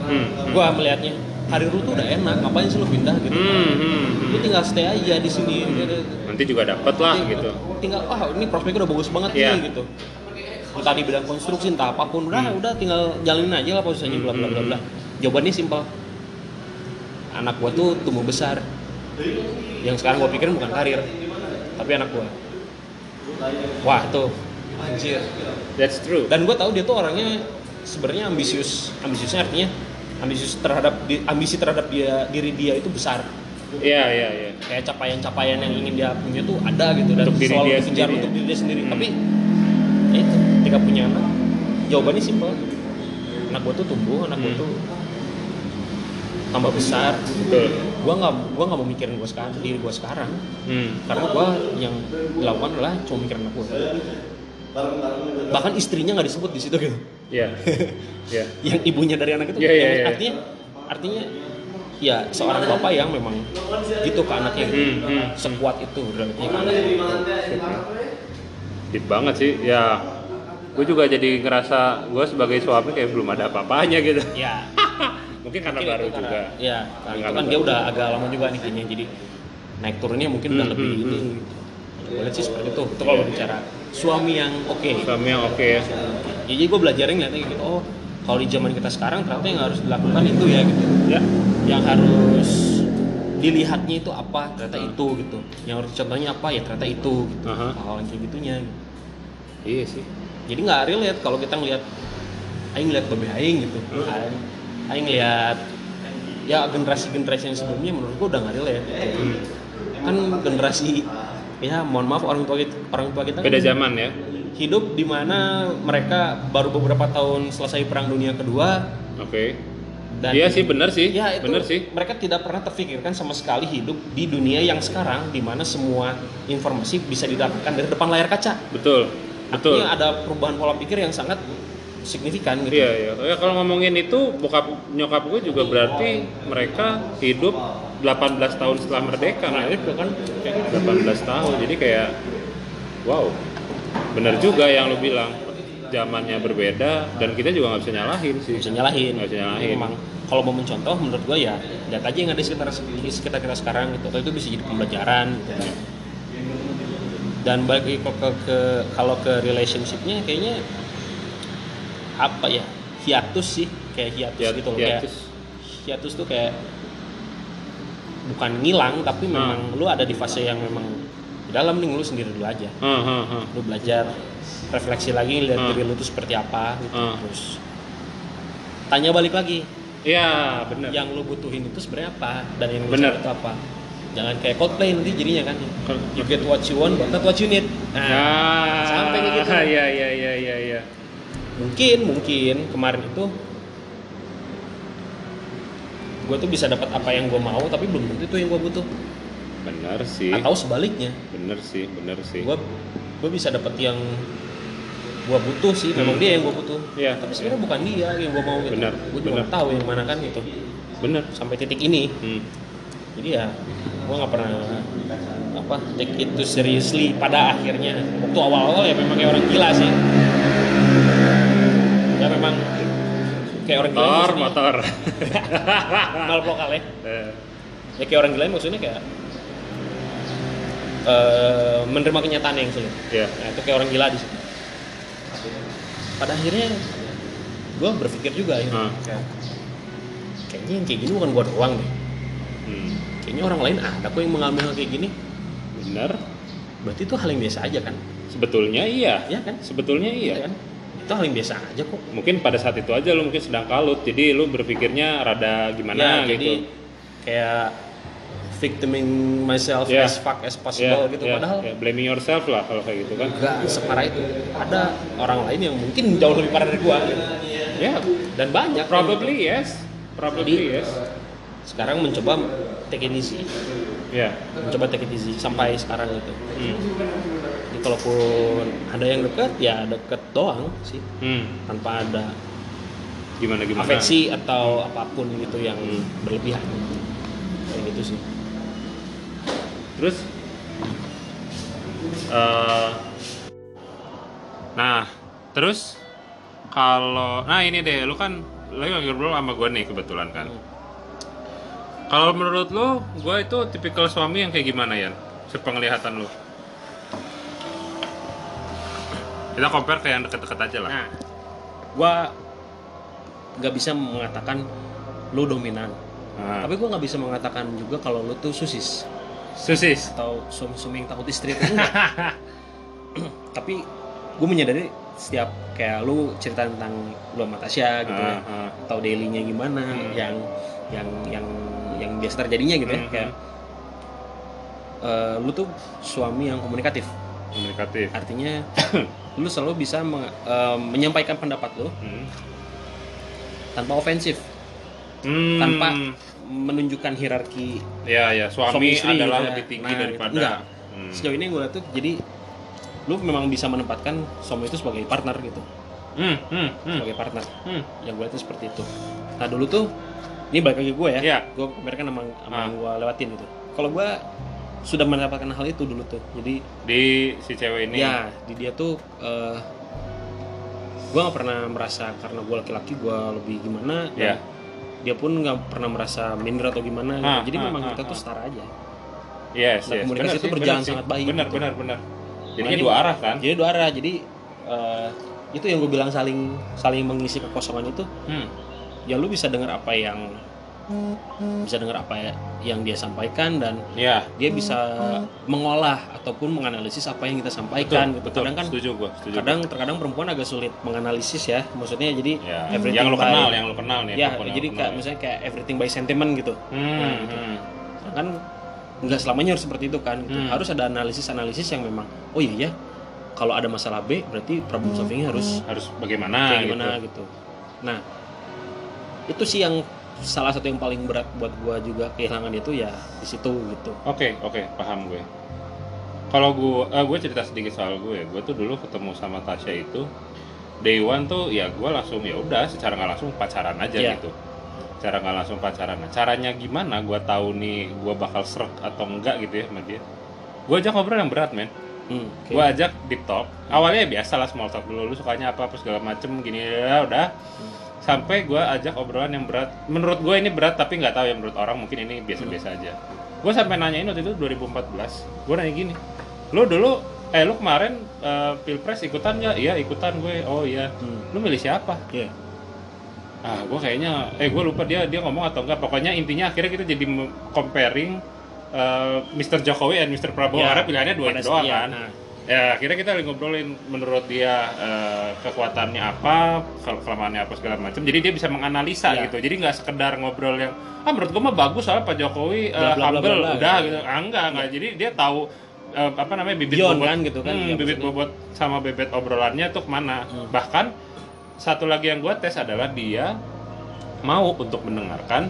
A: Hmm.
B: Gua melihatnya karir lu tuh udah enak, ngapain sih lu pindah gitu?
A: Hmm, hmm, hmm.
B: Lu tinggal stay aja di sini. gitu.
A: Nanti juga dapat lah
B: Ting-
A: gitu.
B: Tinggal wah ini prospeknya udah bagus banget
A: Iya.
B: nih gitu. Entah di bidang konstruksi entah apapun "Ah, udah
A: Hmm.
B: udah tinggal jalanin aja lah prosesnya
A: Hmm,
B: bla bla bla
A: hmm,
B: bla. Jawabannya simpel. anak gua tuh tumbuh besar yang sekarang gua pikirin bukan karir tapi anak gua wah tuh anjir
A: That's true.
B: dan gue tahu dia tuh orangnya sebenarnya ambisius ambisiusnya artinya ambisius terhadap di- ambisi terhadap dia diri dia itu besar
A: Iya, iya, iya.
B: kayak capaian-capaian yang ingin dia punya tuh ada gitu dan
A: Untuk diri
B: selalu
A: dia
B: dikejar
A: sendiri
B: untuk
A: ya?
B: diri dia sendiri
A: Hmm.
B: tapi ya itu ketika punya anak jawabannya simpel anak gue tuh tumbuh anak gue
A: Hmm.
B: tuh tambah besar
A: Betul.
B: gue nggak gue nggak mau mikirin gue sekarang diri gue sekarang
A: Hmm.
B: karena gue yang dilakukan adalah cuma mikirin anak gue bahkan istrinya nggak disebut di situ gitu
A: (laughs) Iya. Iya.
B: yang ibunya dari anak itu
A: Iya, iya, iya.
B: artinya artinya ya seorang bapak yang memang gitu ke anaknya gitu.
A: Hmm, hmm.
B: sekuat itu kan berangkatnya ke anaknya.
A: Deep banget sih. Ya. Gue juga jadi ngerasa gue sebagai suami kayak belum ada apa-apanya gitu.
B: ya
A: Mungkin karena
B: mungkin
A: baru
B: itu karena-
A: juga.
B: ya karena itu
A: Karena
B: kan
A: baru.
B: dia udah agak lama juga nih kayaknya jadi naik turunnya mungkin udah
A: Hmm,
B: lebih
A: hmm,
B: ini
A: hmm. Iya.
B: boleh sih seperti itu itu kalau bicara suami yang oke
A: Suami yang oke ya.
B: Ya, jadi gue belajarin ngeliatnya gitu oh kalau di zaman kita sekarang ternyata yang harus dilakukan itu ya gitu
A: Ya.
B: yang harus dilihatnya itu apa ternyata
A: Hmm.
B: itu gitu yang harus contohnya apa ya ternyata itu gitu
A: Aha.
B: hal yang kayak gitunya
A: Iya sih.
B: jadi nggak relate kalau kita ngelihat aing ngelihat babe aing gitu
A: Hmm.
B: aing aing ngelihat ya generasi generasi yang sebelumnya menurut gua udah nggak relate gitu.
A: Hmm,
B: kan generasi ya mohon maaf orang tua kita, orang tua kita kan
A: Beda zaman ya.
B: hidup di mana mereka baru beberapa tahun selesai perang dunia kedua
A: Oke.
B: dan
A: Iya sih bener sih.
B: Ya itu
A: bener sih.
B: mereka tidak pernah terpikirkan sama sekali hidup di dunia yang sekarang di mana semua informasi bisa didapatkan dari depan layar kaca.
A: Betul. Betul.
B: Artinya ada perubahan pola pikir yang sangat signifikan gitu.
A: Iya, iya. Ya, kalau ngomongin itu, bokap nyokap gue juga berarti mereka hidup 18 tahun setelah merdeka.
B: Karena
A: Nah,
B: itu kan kayak gitu.
A: 18 tahun, jadi kayak wow, bener juga yang lu bilang. Zamannya berbeda dan kita juga nggak bisa nyalahin sih.
B: Nggak bisa nyalahin.
A: Nggak bisa nyalahin.
B: Memang kalau mau mencontoh menurut gua ya lihat aja yang ada di sekitar di sekitar kita sekarang gitu. Atau itu bisa jadi pembelajaran gitu. Dan balik lagi ke, ke- ke- kalau ke relationshipnya kayaknya apa ya hiatus sih kayak hiatus
A: Ya,
B: gitu loh
A: ya,
B: kayak
A: terus,
B: hiatus tuh kayak bukan ngilang
A: Nah.
B: tapi memang lu ada di fase yang memang di dalam nih lu sendiri dulu aja
A: ah, ah, ah.
B: lu belajar refleksi lagi lihat
A: Hmm.
B: diri lu tuh seperti apa gitu.
A: Hmm.
B: terus tanya balik lagi
A: Iya, bener.
B: yang lu butuhin itu sebenarnya apa dan yang lu
A: Bener.
B: cari itu apa jangan kayak Coldplay nanti jadinya kan you get what you want but not what you need nah,
A: Ah,
B: Sampai kayak gitu.
A: (laughs) Iya, iya, iya, iya, iya.
B: mungkin mungkin kemarin itu gue tuh bisa dapat apa yang gue mau tapi belum tentu itu yang gue butuh
A: Bener sih.
B: atau sebaliknya
A: Bener sih, bener sih.
B: gue gue bisa dapat yang gue butuh sih memang
A: Hmm.
B: dia yang gue butuh
A: Iya.
B: tapi sebenarnya bukan dia yang gue mau gitu
A: Benar,
B: gue juga
A: benar.
B: nggak tahu yang mana kan gitu
A: Bener.
B: sampai titik ini
A: Hmm.
B: jadi ya gue nggak pernah apa take itu seriously pada akhirnya waktu awal-awal ya memang kayak orang gila sih ya memang kayak orang gila
A: Motor,
B: maksudnya. (laughs)
A: motor.
B: mal lokal ya
A: Eh,
B: ya kayak orang gila maksudnya kayak eh, menerima kenyataan yang sulit
A: Iya.
B: Nah, itu kayak orang gila di situ. Pada akhirnya gue berpikir juga ya.
A: Ah.
B: Kayak, Kayaknya yang kayak gini bukan gue doang deh.
A: Hmm.
B: Kayaknya orang lain ada kok yang mengalami hal kayak gini.
A: Bener.
B: Berarti itu hal yang biasa aja kan?
A: Sebetulnya iya.
B: Iya kan?
A: Sebetulnya iya.
B: kan? Itu hal yang biasa aja kok.
A: Mungkin pada saat itu aja lu mungkin sedang kalut, jadi lu berpikirnya rada gimana
B: Ya, Jadi
A: gitu.
B: kayak victiming myself
A: Iya.
B: as fuck as
A: Ya,
B: possible gitu.
A: ya,
B: Padahal
A: ya, blaming yourself lah kalau kayak gitu kan.
B: nggak separah itu. Ada orang lain yang mungkin jauh lebih parah dari gue.
A: Ya,
B: Dan banyak. yang
A: probably yes. Probably yes.
B: gitu. Sekarang mencoba take it easy.
A: Ya.
B: mencoba take it easy sampai sekarang gitu
A: Hmm.
B: jadi kalaupun ada yang deket ya deket doang sih
A: Hmm.
B: tanpa ada
A: Gimana gimana?
B: afeksi atau apapun gitu yang
A: Hmm.
B: berlebihan kayak gitu sih
A: Terus eh, Nah, terus kalau nah ini deh, lu kan lu lagi ngobrol sama gue nih kebetulan kan.
B: Hmm.
A: Kalau menurut lu, gue itu tipikal suami yang kayak gimana ya? Sepenglihatan lu. Kita compare ke yang deket-deket aja lah.
B: nah gua nggak bisa mengatakan lu dominan
A: Ah.
B: Tapi gue nggak bisa mengatakan juga kalau lu tuh susis
A: Susis.
B: atau sum suming takut istri itu
A: (laughs)
B: enggak. Tapi gue menyadari setiap kayak lu cerita tentang lu sama Tasya gitu ya,
A: Ah, ah.
B: atau dailynya gimana,
A: Hmm.
B: yang yang yang yang biasa terjadinya gitu ya,
A: Hmm,
B: kayak eh, lu tuh suami yang komunikatif,
A: Komunikatif. (coughs)
B: artinya lu selalu bisa meng- eh, menyampaikan pendapat lu
A: Hmm.
B: tanpa ofensif,
A: Hmm.
B: tanpa menunjukkan hierarki
A: Ya ya suami
B: suami istri
A: adalah
B: gitu ya.
A: lebih tinggi
B: Nah,
A: daripada.
B: enggak.
A: Hmm.
B: sejauh ini gue lihat tuh jadi lu memang bisa menempatkan suami itu sebagai partner gitu
A: Hmm, hmm, hmm,
B: sebagai partner
A: hmm.
B: yang gue lihat Ya, tuh seperti itu nah dulu tuh ini balik lagi gue ya
A: Iya.
B: gue kemarin kan sama, sama
A: Ah.
B: gue lewatin gitu kalau gue sudah mendapatkan hal itu dulu tuh jadi
A: Di si cewek ini.
B: ya di dia tuh eh gue nggak pernah merasa karena gue laki-laki gue lebih gimana
A: Iya.
B: dan dia pun nggak pernah merasa minder atau gimana
A: Ah,
B: jadi
A: ah,
B: memang
A: ah,
B: kita tuh
A: ah.
B: setara aja
A: Yes,
B: Nah,
A: yes.
B: komunikasi
A: Benar
B: itu
A: sih,
B: berjalan
A: benar
B: sangat
A: sih.
B: baik
A: Benar,
B: gitu.
A: benar, benar. Jadinya
B: Makanya
A: dua arah kan?
B: jadi dua arah jadi eh, itu yang gue bilang saling saling mengisi kekosongan itu
A: Hmm.
B: ya lu bisa dengar apa yang bisa dengar apa ya- yang dia sampaikan dan
A: Ya,
B: dia bisa mengolah ataupun menganalisis apa yang kita sampaikan gitu.
A: betul.
B: kadang kan
A: setuju gua, setuju.
B: kadang terkadang perempuan agak sulit menganalisis ya maksudnya jadi
A: ya,
B: everything
A: yang lo
B: by-
A: kenal, yang lo kenal nih.
B: ya
A: apapun yang
B: jadi
A: lo
B: kayak
A: kenal.
B: misalnya kayak everything by sentiment gitu
A: Hmm,
B: gitu.
A: hmm.
B: kan nggak selamanya harus seperti itu kan gitu.
A: Hmm.
B: harus ada analisis analisis yang memang oh iya ya kalau ada masalah B berarti problem solvingnya harus
A: harus bagaimana Hmm.
B: kayak
A: gitu.
B: gimana gitu. Nah, itu sih yang salah satu yang paling berat buat gua juga kehilangan itu ya di situ gitu.
A: Oke, oke, paham gue. Kalau gue, eh, gue cerita sedikit soal gue. Gue tuh dulu ketemu sama Tasya itu day one tuh ya gue langsung ya udah secara nggak langsung pacaran aja
B: Iya.
A: gitu. Cara nggak langsung pacaran. Nah, caranya gimana? Gue tahu nih gue bakal serak atau enggak gitu ya sama dia. Gue ajak ngobrol yang berat men.
B: Hmm, oke.
A: Gue ajak deep talk. Awalnya ya biasa lah small talk dulu. Lu sukanya apa apa segala macem gini ya udah. Sampai gue ajak obrolan yang berat. Menurut gue ini berat tapi nggak tahu ya menurut orang mungkin ini biasa-biasa aja. Gue sampai nanyain waktu itu 2014. Gue nanya gini, lo dulu eh lu kemarin eh, pilpres ikutan nggak? Iya ikutan gue. Oh iya.
B: Hmm,
A: Lu milih siapa?
B: iya.
A: Ah, gue kayaknya, eh gue lupa dia dia ngomong atau enggak. Pokoknya intinya akhirnya kita jadi mem- comparing eh, Mr. Jokowi dan Mr. Prabowo.
B: Ya,
A: Karena pilihannya dua
B: pada
A: itu doang kan.
B: sekian, nah.
A: Ya, akhirnya kita lagi ngobrolin menurut dia eh, kekuatannya apa, ke- kelemahannya apa segala macam. Jadi dia bisa menganalisa
B: Ya.
A: gitu. Jadi nggak sekedar ngobrol yang ah menurut gue mah bagus soalnya Pak Jokowi eh,
B: Bla, bla,
A: humble
B: bla, bla, bla,
A: udah
B: gitu.
A: gitu. Ah, enggak, enggak. Jadi dia tahu eh, apa namanya bibit
B: Beyond
A: bobot
B: kan gitu kan,
A: Hmm,
B: ya,
A: bibit
B: maksudnya.
A: bobot sama bebet obrolannya tuh kemana.
B: Hmm.
A: Bahkan satu lagi yang gue tes adalah dia mau untuk mendengarkan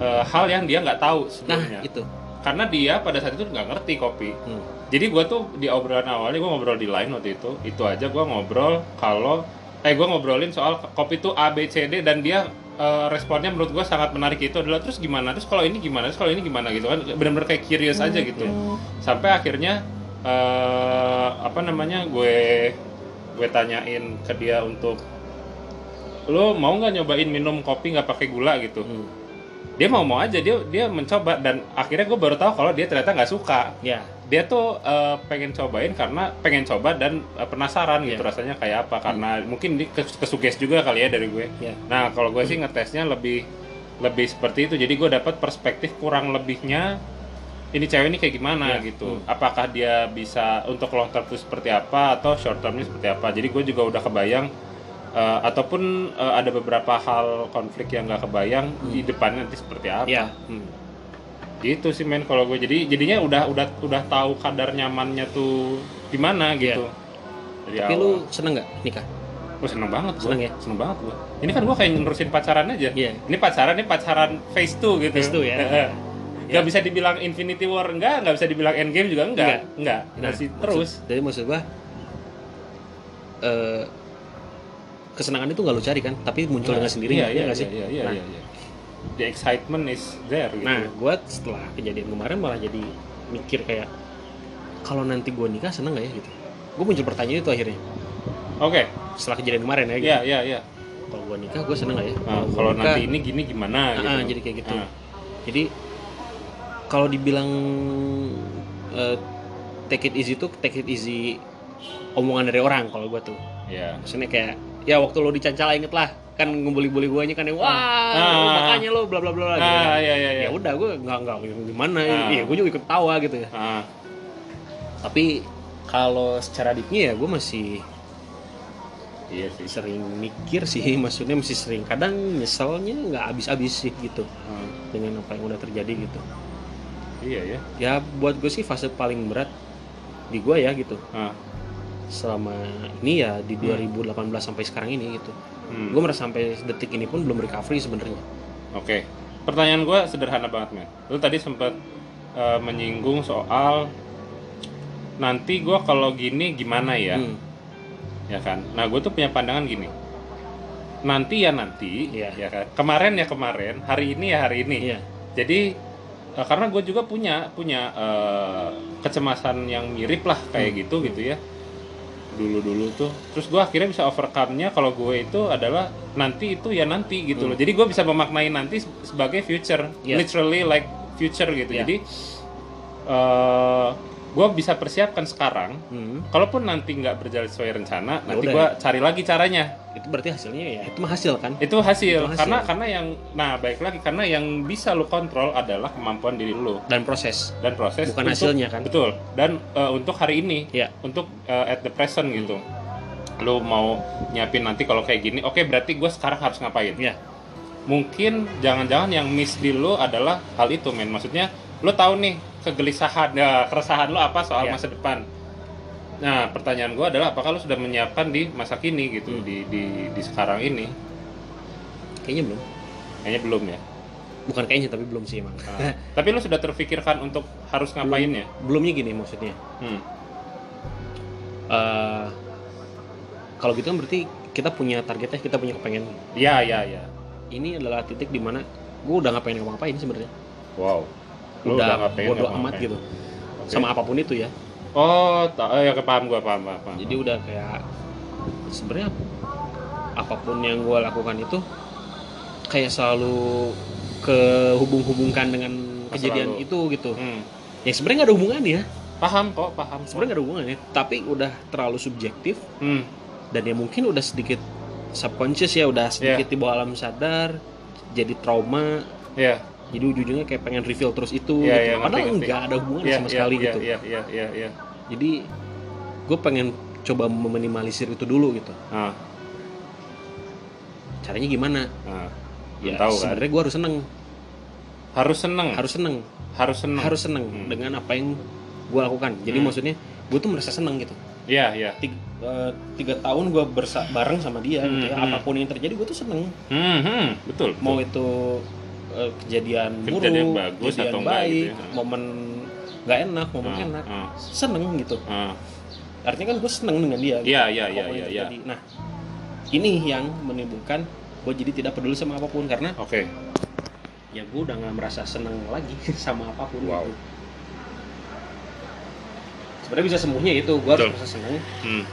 A: eh, hal yang dia nggak tahu
B: Nah,
A: sebelumnya.
B: itu.
A: Karena dia pada saat itu nggak ngerti kopi.
B: Hmm.
A: Jadi gue tuh di obrolan awalnya gue ngobrol di line waktu itu, itu aja gue ngobrol kalau eh gue ngobrolin soal kopi itu A B C D dan dia eh, responnya menurut gue sangat menarik itu adalah terus gimana terus kalau ini gimana terus kalau ini gimana gitu kan benar-benar kayak curious aja gitu sampai akhirnya eh apa namanya gue gue tanyain ke dia untuk lo mau nggak nyobain minum kopi nggak pakai gula gitu
B: Hmm.
A: dia mau mau aja dia dia mencoba dan akhirnya gue baru tahu kalau dia ternyata nggak suka
B: Ya,
A: dia tuh eh, pengen cobain karena pengen coba dan eh, penasaran gitu
B: Iya.
A: rasanya kayak apa karena mungkin di kes- kesuges juga kali ya dari gue.
B: Iya.
A: Nah kalau gue sih ngetesnya lebih lebih seperti itu jadi gue dapat perspektif kurang lebihnya ini cewek ini kayak gimana
B: Iya.
A: gitu. Apakah dia bisa untuk long term itu seperti apa atau short termnya seperti apa? Jadi gue juga udah kebayang eh, ataupun eh, ada beberapa hal konflik yang nggak kebayang
B: Hmm.
A: di depannya nanti seperti apa Hmm.
B: ya.
A: gitu sih men kalau gue jadi jadinya udah udah udah tahu kadar nyamannya tuh gimana gitu Jadi
B: Iya. Tapi
A: awal.
B: lu seneng nggak nikah?
A: Gue seneng banget gue
B: Seneng ya?
A: seneng banget gue ini kan gue kayak nerusin pacaran aja
B: Iya.
A: ini pacaran ini pacaran phase 2 gitu
B: Phase two ya.
A: Heeh.
B: Iya.
A: Nggak bisa dibilang Infinity War enggak nggak bisa dibilang Endgame juga enggak enggak
B: Nah,
A: masih
B: maksud-
A: terus
B: Jadi maksud gua eh kesenangan itu nggak lu cari kan, tapi muncul dengan
A: iya
B: sendirinya, ya
A: iya
B: nggak
A: iya
B: sih?
A: iya iya,
B: Nah,
A: iya, iya. the excitement is there gitu
B: Nah, gue setelah kejadian kemarin malah jadi mikir kayak kalau nanti gue nikah seneng gak ya gitu. Gue muncul pertanyaan itu akhirnya
A: oke
B: setelah kejadian kemarin ya. Gitu.
A: iya iya iya
B: Kalau gue nikah gue seneng gak ya?
A: Nah,
B: gua
A: kalau
B: nikah,
A: nanti ini gini gimana
B: ah,
A: gitu
B: ah, jadi kayak gitu.
A: Ah.
B: Jadi kalau dibilang eh, take it easy tuh take it easy omongan dari orang kalau gue tuh.
A: Iya.
B: Maksudnya kayak ya waktu lo dicancala inget lah kan ngebully-bully guanya kan yang wah
A: Ah.
B: lu makanya lo bla bla bla bla," gitu kan.
A: Ah, iya iya iya.
B: ya udah gue nggak nggak gimana
A: Ah.
B: ya gue juga ikut tawa gitu ya
A: Ah,
B: tapi kalau secara diknya ya gue masih
A: iya sih.
B: sering mikir sih (laughs) maksudnya masih sering kadang nyeselnya nggak habis-habis sih gitu
A: Ah,
B: dengan apa yang udah terjadi gitu
A: iya ya.
B: ya buat gue sih fase paling berat di gue ya gitu
A: Ah,
B: selama ini ya di 2018 sampai sekarang ini gitu
A: hmm.
B: gue merasa sampai detik ini pun belum recovery sebenarnya
A: Oke, pertanyaan gue sederhana banget men. Lu tadi sempat eh, menyinggung soal nanti gue kalau gini gimana ya,
B: Hmm,
A: ya kan? Nah gue tuh punya pandangan gini. Nanti ya nanti,
B: Iya.
A: ya kan? Kemarin ya kemarin, hari ini ya hari ini.
B: iya
A: Jadi eh, karena gue juga punya punya eh, kecemasan yang mirip lah kayak gitu
B: Hmm.
A: gitu ya dulu-dulu tuh. Terus gue akhirnya bisa overcome-nya kalau gue itu adalah nanti itu ya nanti gitu loh.
B: Hmm.
A: Jadi gue bisa memaknai nanti se- sebagai future,
B: Iya.
A: literally like future gitu.
B: Iya.
A: Jadi gue bisa persiapkan sekarang.
B: Hmm,
A: Kalaupun nanti nggak berjalan sesuai rencana,
B: Ya
A: nanti
B: udah
A: gue cari lagi caranya
B: itu berarti hasilnya ya itu mah hasil kan
A: itu hasil,
B: Itu hasil.
A: karena karena yang nah baik lagi karena yang bisa lu kontrol adalah kemampuan diri lu
B: dan proses
A: dan proses
B: bukan
A: untuk-
B: hasilnya kan
A: betul dan eh, untuk hari ini
B: Iya.
A: untuk eh, at the present gitu lu mau nyiapin nanti kalau kayak gini oke berarti gue sekarang harus ngapain
B: Iya.
A: mungkin jangan-jangan yang miss di lu adalah hal itu men maksudnya lu tahu nih kegelisahan ya, keresahan lu apa soal
B: Iya.
A: masa depan nah pertanyaan gue adalah apakah lu sudah menyiapkan di masa kini
B: Hmm.
A: gitu di di di sekarang ini
B: kayaknya belum
A: kayaknya belum
B: (laughs)
A: ya
B: bukan kayaknya tapi belum sih emang
A: Nah, tapi lu sudah terfikirkan untuk harus ngapain ya?
B: (laughs) belumnya gini maksudnya
A: Hmm.
B: Eh, kalau gitu kan berarti kita punya targetnya kita punya kepengen
A: Ya, ya, ya.
B: ini adalah titik dimana gue udah nggak pengen ngapa-ngapain sebenarnya
A: Wow. Lu udah, ya,
B: udah
A: ngapain?
B: bodo amat gitu sama apapun itu ya
A: Oh, ta- oh, ya kepaham gua, paham, paham. paham.
B: jadi udah kayak sebenarnya apapun yang gue lakukan itu kayak selalu kehubung-hubungkan dengan
A: Masa
B: kejadian
A: lalu.
B: itu gitu
A: Hmm.
B: ya sebenarnya nggak ada hubungannya
A: paham kok, paham. kok.
B: sebenarnya nggak ada hubungannya tapi udah terlalu subjektif
A: Hmm.
B: dan ya mungkin udah sedikit subconscious ya udah sedikit di bawah alam sadar jadi trauma
A: Ya,
B: jadi ujung-ujungnya kayak pengen reveal terus
A: Iya,
B: itu gitu.
A: iya, ngerti,
B: padahal
A: ngerti.
B: nggak ada hubungannya
A: ya,
B: sama
A: ya,
B: sekali
A: ya,
B: gitu
A: Ya, ya, ya, ya.
B: jadi gue pengen coba meminimalisir itu dulu gitu
A: Ah,
B: caranya gimana
A: ah. Belum tahu kan.
B: sebenarnya gue harus seneng
A: Harus seneng, harus,
B: Ya, harus seneng
A: seneng.
B: harus Hmm. seneng
A: Hmm.
B: dengan apa yang gue lakukan jadi
A: Hmm.
B: maksudnya gue tuh merasa seneng gitu
A: Ya, ya.
B: tiga, eh, tiga tahun gue bersa bareng sama dia gitu
A: Hmm,
B: ya.
A: hmm.
B: apapun yang terjadi gue tuh seneng
A: Hmm, hmm, betul.
B: mau itu eh, kejadian buruk
A: Kejadian bagus
B: kejadian
A: atau enggak
B: baik
A: gitu ya.
B: momen nggak enak momen
A: Ah,
B: enak
A: ah,
B: seneng gitu
A: ah.
B: artinya kan gue seneng dengan dia gitu.
A: Ya, ya, ya,
B: Apapun
A: ya,
B: yang
A: ya.
B: terjadi. nah ini yang menimbulkan gue jadi tidak peduli sama apapun karena
A: Oke.
B: ya gue udah nggak merasa seneng lagi (laughs) sama apapun
A: Wow.
B: gitu. sebenarnya bisa sembuhnya itu gue harus
A: Betul.
B: merasa seneng
A: Hmm.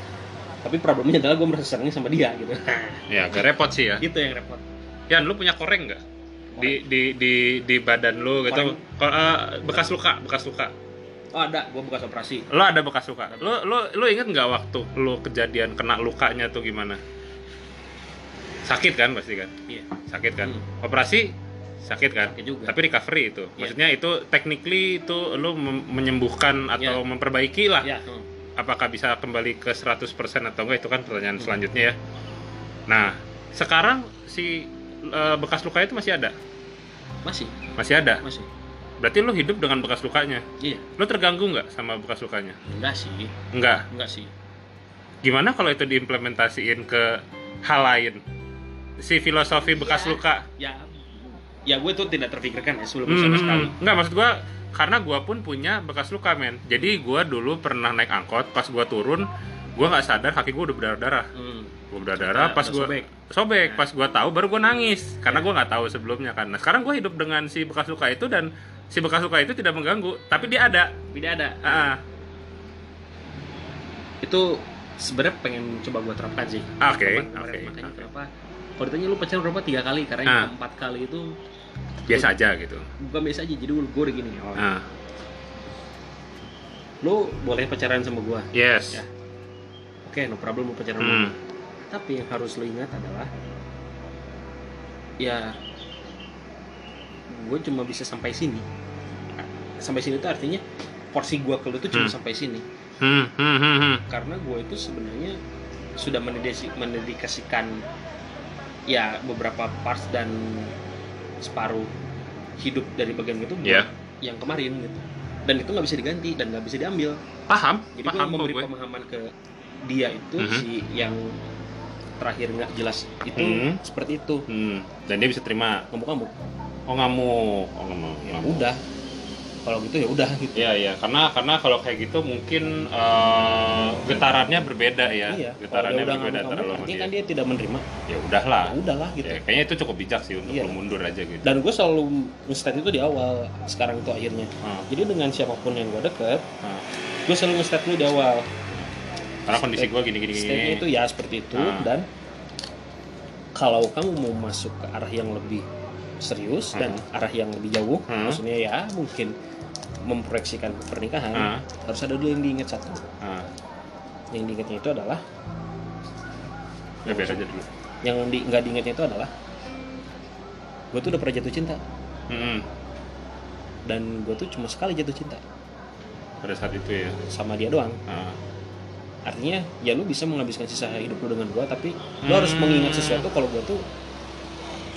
B: tapi problemnya adalah gue merasa seneng sama dia
A: (laughs)
B: gitu
A: Ya, agak repot sih ya.
B: itu yang repot
A: Yan, lu punya koreng nggak? Di, di, di, di badan lu gitu. Ko- eh, bekas luka, bekas luka.
B: oh ada gue bekas operasi
A: Lu ada bekas luka. Lu lu lu inget nggak waktu lu kejadian kena lukanya tuh gimana? Sakit kan pasti kan?
B: iya
A: Sakit kan?
B: Hmm.
A: Operasi sakit kan?
B: sakit juga
A: Tapi recovery itu.
B: Iya.
A: Maksudnya itu technically itu lu mem- menyembuhkan atau
B: Iya.
A: memperbaiki lah.
B: ya
A: Apakah bisa kembali ke 100% atau enggak itu kan pertanyaan
B: Hmm.
A: selanjutnya ya. Nah, sekarang si eh, bekas luka itu masih ada?
B: masih
A: Masih ada.
B: masih
A: Berarti lu hidup dengan bekas lukanya.
B: iya
A: Lu terganggu nggak sama bekas lukanya?
B: enggak sih
A: Enggak.
B: enggak sih
A: Gimana kalau itu diimplementasiin ke hal lain? Si filosofi bekas
B: Iya.
A: luka.
B: ya ya gue tuh tidak terpikirkan ya sebelum
A: Hmm,
B: sama sekali
A: enggak maksud gua karena gua pun punya bekas luka, men. Jadi gua dulu pernah naik angkot, pas gua turun, gua nggak sadar kaki gua udah berdarah-darah.
B: Hmm.
A: Gua berdarah-darah
B: Udah-
A: pas
B: udah
A: gua sobek,
B: sobek. Nah. Iya.
A: pas gua tahu baru gua nangis karena gua nggak tahu sebelumnya kan. Nah, sekarang gua hidup dengan si bekas luka itu dan si bekas luka itu tidak mengganggu, tapi dia ada.
B: tidak ada
A: Ah,
B: itu sebenarnya pengen coba gue terapkan sih
A: Ah, Oke,
B: Kemarin- kemarin.
A: oke,
B: makanya
A: oke.
B: kenapa kalau ditanya lu pacaran berapa tiga kali karena
A: Ah.
B: yang empat kali itu
A: biasa aja gitu.
B: bukan biasa aja jadi gue udah gini oh,
A: Ah,
B: lu boleh pacaran sama gue
A: yes.
B: Ya, oke no problem mau pacaran sama
A: Hmm.
B: gua. tapi yang harus lu ingat adalah ya gue cuma bisa sampai sini sampai sini itu artinya porsi gue ke lu tuh cuma
A: Hmm.
B: sampai sini
A: Hmm, hmm, hmm, hmm.
B: karena gue itu sebenarnya sudah mendedesi- mendedikasikan ya beberapa parts dan separuh hidup dari bagian itu buat
A: Iya.
B: yang kemarin gitu dan itu nggak bisa diganti dan nggak bisa diambil
A: Paham,
B: jadi gue
A: paham kok
B: memberi
A: gue.
B: pemahaman ke dia itu
A: Mhm.
B: si yang terakhir nggak jelas itu
A: Hmm.
B: seperti itu
A: Hmm, dan dia bisa terima.
B: ngamuk-ngamuk
A: Oh ngamuk, oh ngamuk.
B: ya
A: ngamuk.
B: udah kalau gitu ya udah gitu
A: Iya iya, karena karena kalau kayak gitu mungkin eh, getarannya berbeda ya.
B: iya kalau
A: Getarannya
B: dia udah
A: berbeda antara
B: ngamuk-ngamuk
A: lo sama
B: artinya
A: dia.
B: kan dia tidak menerima
A: Ya udahlah.
B: ya udahlah gitu
A: Ya, kayaknya itu cukup bijak sih untuk
B: Iya.
A: lo mundur aja gitu.
B: dan gue selalu nge-state itu di awal sekarang itu akhirnya
A: Ah,
B: jadi dengan siapapun yang gue deket
A: ah.
B: gue selalu nge-state dulu di awal
A: Karena kondisi gue gini gini gini.
B: state itu ya seperti itu
A: Ah.
B: dan kalau kamu mau masuk ke arah yang lebih serius dan arah yang lebih jauh
A: Hmm.
B: maksudnya ya mungkin memproyeksikan ke
A: Ah,
B: pernikahan harus ada dulu yang diingat satu
A: ah.
B: yang diingatnya itu adalah
A: Ya biar aja dulu.
B: yang di, nggak diingatnya itu adalah gue tuh udah pernah jatuh cinta
A: Mm-mm.
B: dan gue tuh cuma sekali jatuh cinta
A: Pada saat itu ya.
B: sama dia doang
A: Ah.
B: artinya ya lu bisa menghabiskan sisa hidup lu dengan gua tapi lu
A: Hmm.
B: harus mengingat sesuatu kalau gua tuh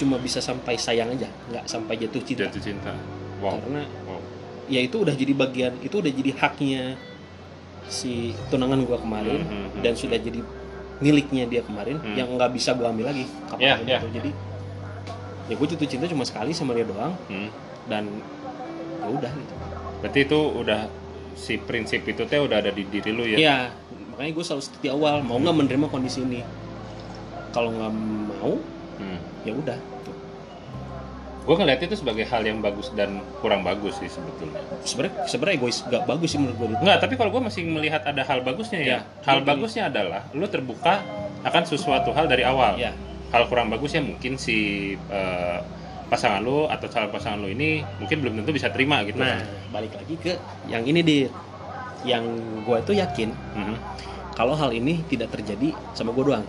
B: cuma bisa sampai sayang aja nggak sampai jatuh cinta
A: Jatuh cinta. Wow.
B: karena
A: Wow.
B: ya itu udah jadi bagian itu udah jadi haknya si tunangan gua kemarin
A: Hmm, hmm,
B: dan
A: hmm.
B: sudah jadi miliknya dia kemarin
A: Hmm.
B: yang nggak bisa gua ambil lagi kapan
A: Iya,
B: pun
A: iya.
B: itu. jadi ya gua jatuh cinta cuma sekali sama dia doang
A: Hmm.
B: dan ya udah gitu
A: Berarti itu udah si prinsip itu teh udah ada di diri lu ya.
B: Iya, makanya gue selalu setuju di awal mau nggak menerima kondisi ini. Kalau nggak mau,
A: Hmm.
B: ya udah.
A: Gue ngeliat itu sebagai hal yang bagus dan kurang bagus sih sebetulnya.
B: Sebenarnya sebenarnya egois nggak bagus sih menurut gue itu.
A: Enggak, tapi kalau gue masih melihat ada hal bagusnya ya.
B: Ya,
A: hal
B: betul.
A: bagusnya adalah lu terbuka akan sesuatu hal dari awal.
B: Ya,
A: Hal kurang bagusnya mungkin si eh, pasangan lu atau calon pasangan lu ini mungkin belum tentu bisa terima gitu.
B: nah balik lagi ke yang ini di yang gue tuh yakin
A: Mhm.
B: kalau hal ini tidak terjadi sama gue doang.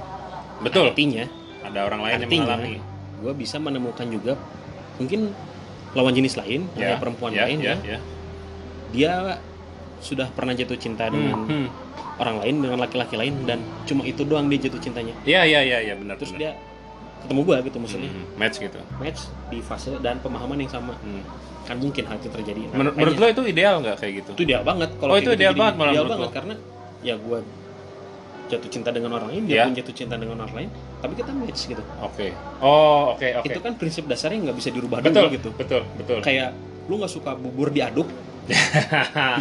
A: Betul.
B: Artinya,
A: Ada orang lain yang
B: Artinya,
A: mengalami.
B: gue bisa menemukan juga mungkin lawan jenis lain,
A: Ya,
B: kayak perempuan
A: ya,
B: lain
A: ya,
B: yang
A: ya.
B: dia sudah pernah jatuh cinta dengan
A: Hmm, hmm.
B: orang lain dengan laki-laki lain dan cuma itu doang dia jatuh cintanya.
A: Iya, iya, iya, ya, benar.
B: Terus
A: benar.
B: dia ketemu gue gitu maksudnya.
A: Mhm, match gitu.
B: match di fase dan pemahaman yang sama
A: Hmm.
B: kan mungkin hal itu terjadi Nah,
A: Menur-
B: makanya
A: menurut lo itu ideal nggak kayak gitu?
B: itu ideal banget kalau
A: Oh,
B: kayak
A: itu
B: gitu
A: ideal
B: jadi
A: banget malah
B: ideal
A: menurut
B: banget
A: lo.
B: karena ya gue jatuh cinta dengan orang lain
A: Ya.
B: dia pun jatuh cinta dengan orang lain tapi kita match gitu
A: Oke. Oh, oke, oke.
B: itu kan prinsip dasarnya nggak bisa dirubah
A: Betul,
B: dulu gitu
A: betul, betul.
B: kayak lu nggak suka bubur diaduk
A: (laughs)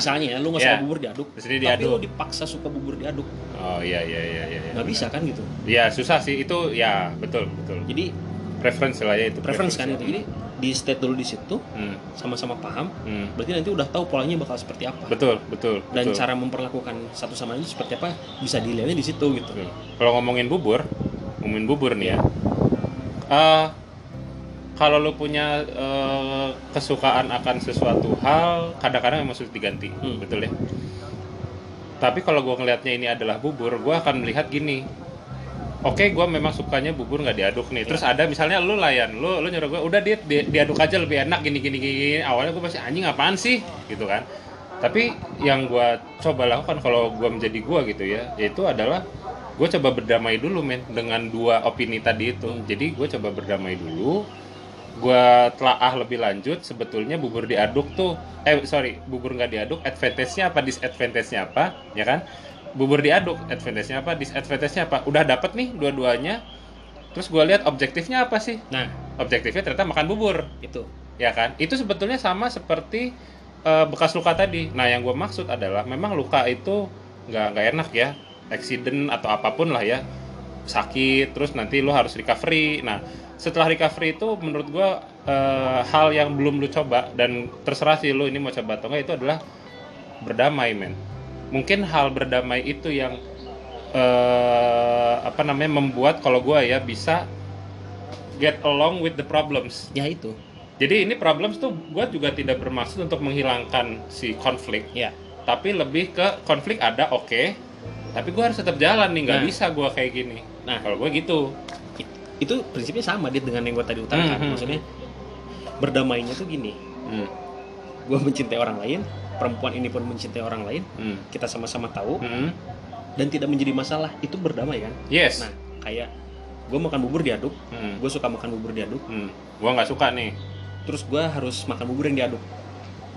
B: misalnya ya lu nggak
A: Ya.
B: suka bubur diaduk
A: Di sini
B: tapi lu
A: diaduk.
B: dipaksa suka bubur diaduk
A: Oh, iya, iya, iya, iya. iya,
B: nggak
A: benar.
B: bisa kan gitu
A: Ya susah sih itu ya betul betul.
B: jadi
A: Preference lah ya itu.
B: preference kan itu jadi di state dulu di situ
A: Hmm,
B: sama-sama paham
A: hmm.
B: berarti nanti udah tahu polanya bakal seperti apa
A: Betul betul.
B: dan
A: betul.
B: cara memperlakukan satu sama lain seperti apa bisa dilihatnya di situ gitu.
A: Betul. Kalau ngomongin bubur, ngomongin bubur
B: Iya.
A: nih ya. Eh, kalau lu punya eh, kesukaan akan sesuatu hal, kadang-kadang emang sulit diganti,
B: Hmm.
A: betul ya. Tapi kalau gua ngelihatnya ini adalah bubur, gua akan melihat gini. Oke, gua memang sukanya bubur nggak diaduk nih. Terus ada misalnya lu layan, lu lu nyuruh gua, udah dit di- diaduk aja lebih enak gini gini gini. gini." Awalnya gua pasti anjing apaan sih, gitu kan. Tapi yang gua coba lakukan kalau gua menjadi gua gitu ya, yaitu adalah gue coba berdamai dulu men dengan dua opini tadi itu jadi gue coba berdamai dulu gue telaah lebih lanjut sebetulnya bubur diaduk tuh eh sorry bubur nggak diaduk advantage-nya apa disadvantage-nya apa ya kan bubur diaduk advantage-nya apa disadvantage-nya apa udah dapat nih dua-duanya terus gue lihat objektifnya apa sih
B: Nah,
A: objektifnya ternyata makan bubur
B: itu.
A: ya kan itu sebetulnya sama seperti eh, bekas luka tadi nah yang gue maksud adalah memang luka itu nggak nggak enak ya accident atau apapun lah ya sakit terus nanti lo harus recovery nah setelah recovery itu menurut gue eh, hal yang belum lu coba dan terserah sih lo ini mau coba atau nggak itu adalah berdamai men mungkin hal berdamai itu yang eh, apa namanya membuat kalau gue ya bisa get along with the problems
B: Ya itu.
A: jadi ini problems tuh gue juga tidak bermaksud untuk menghilangkan si konflik,
B: Ya.
A: tapi lebih ke konflik ada oke, tapi gue harus tetap jalan nih nggak
B: Nah.
A: bisa gue kayak gini. Nah kalau gue gitu,
B: It- itu prinsipnya sama dia dengan yang gue tadi utarakan
A: Mhm.
B: maksudnya berdamainya tuh gini
A: Hmm.
B: gue mencintai orang lain perempuan ini pun mencintai orang lain
A: Hmm.
B: kita sama-sama tahu
A: Hmm.
B: dan tidak menjadi masalah itu berdamai kan
A: Yes.
B: nah kayak gue makan bubur diaduk
A: Hmm.
B: gue suka makan bubur diaduk
A: Hmm. Gua nggak suka nih
B: terus gue harus makan bubur yang diaduk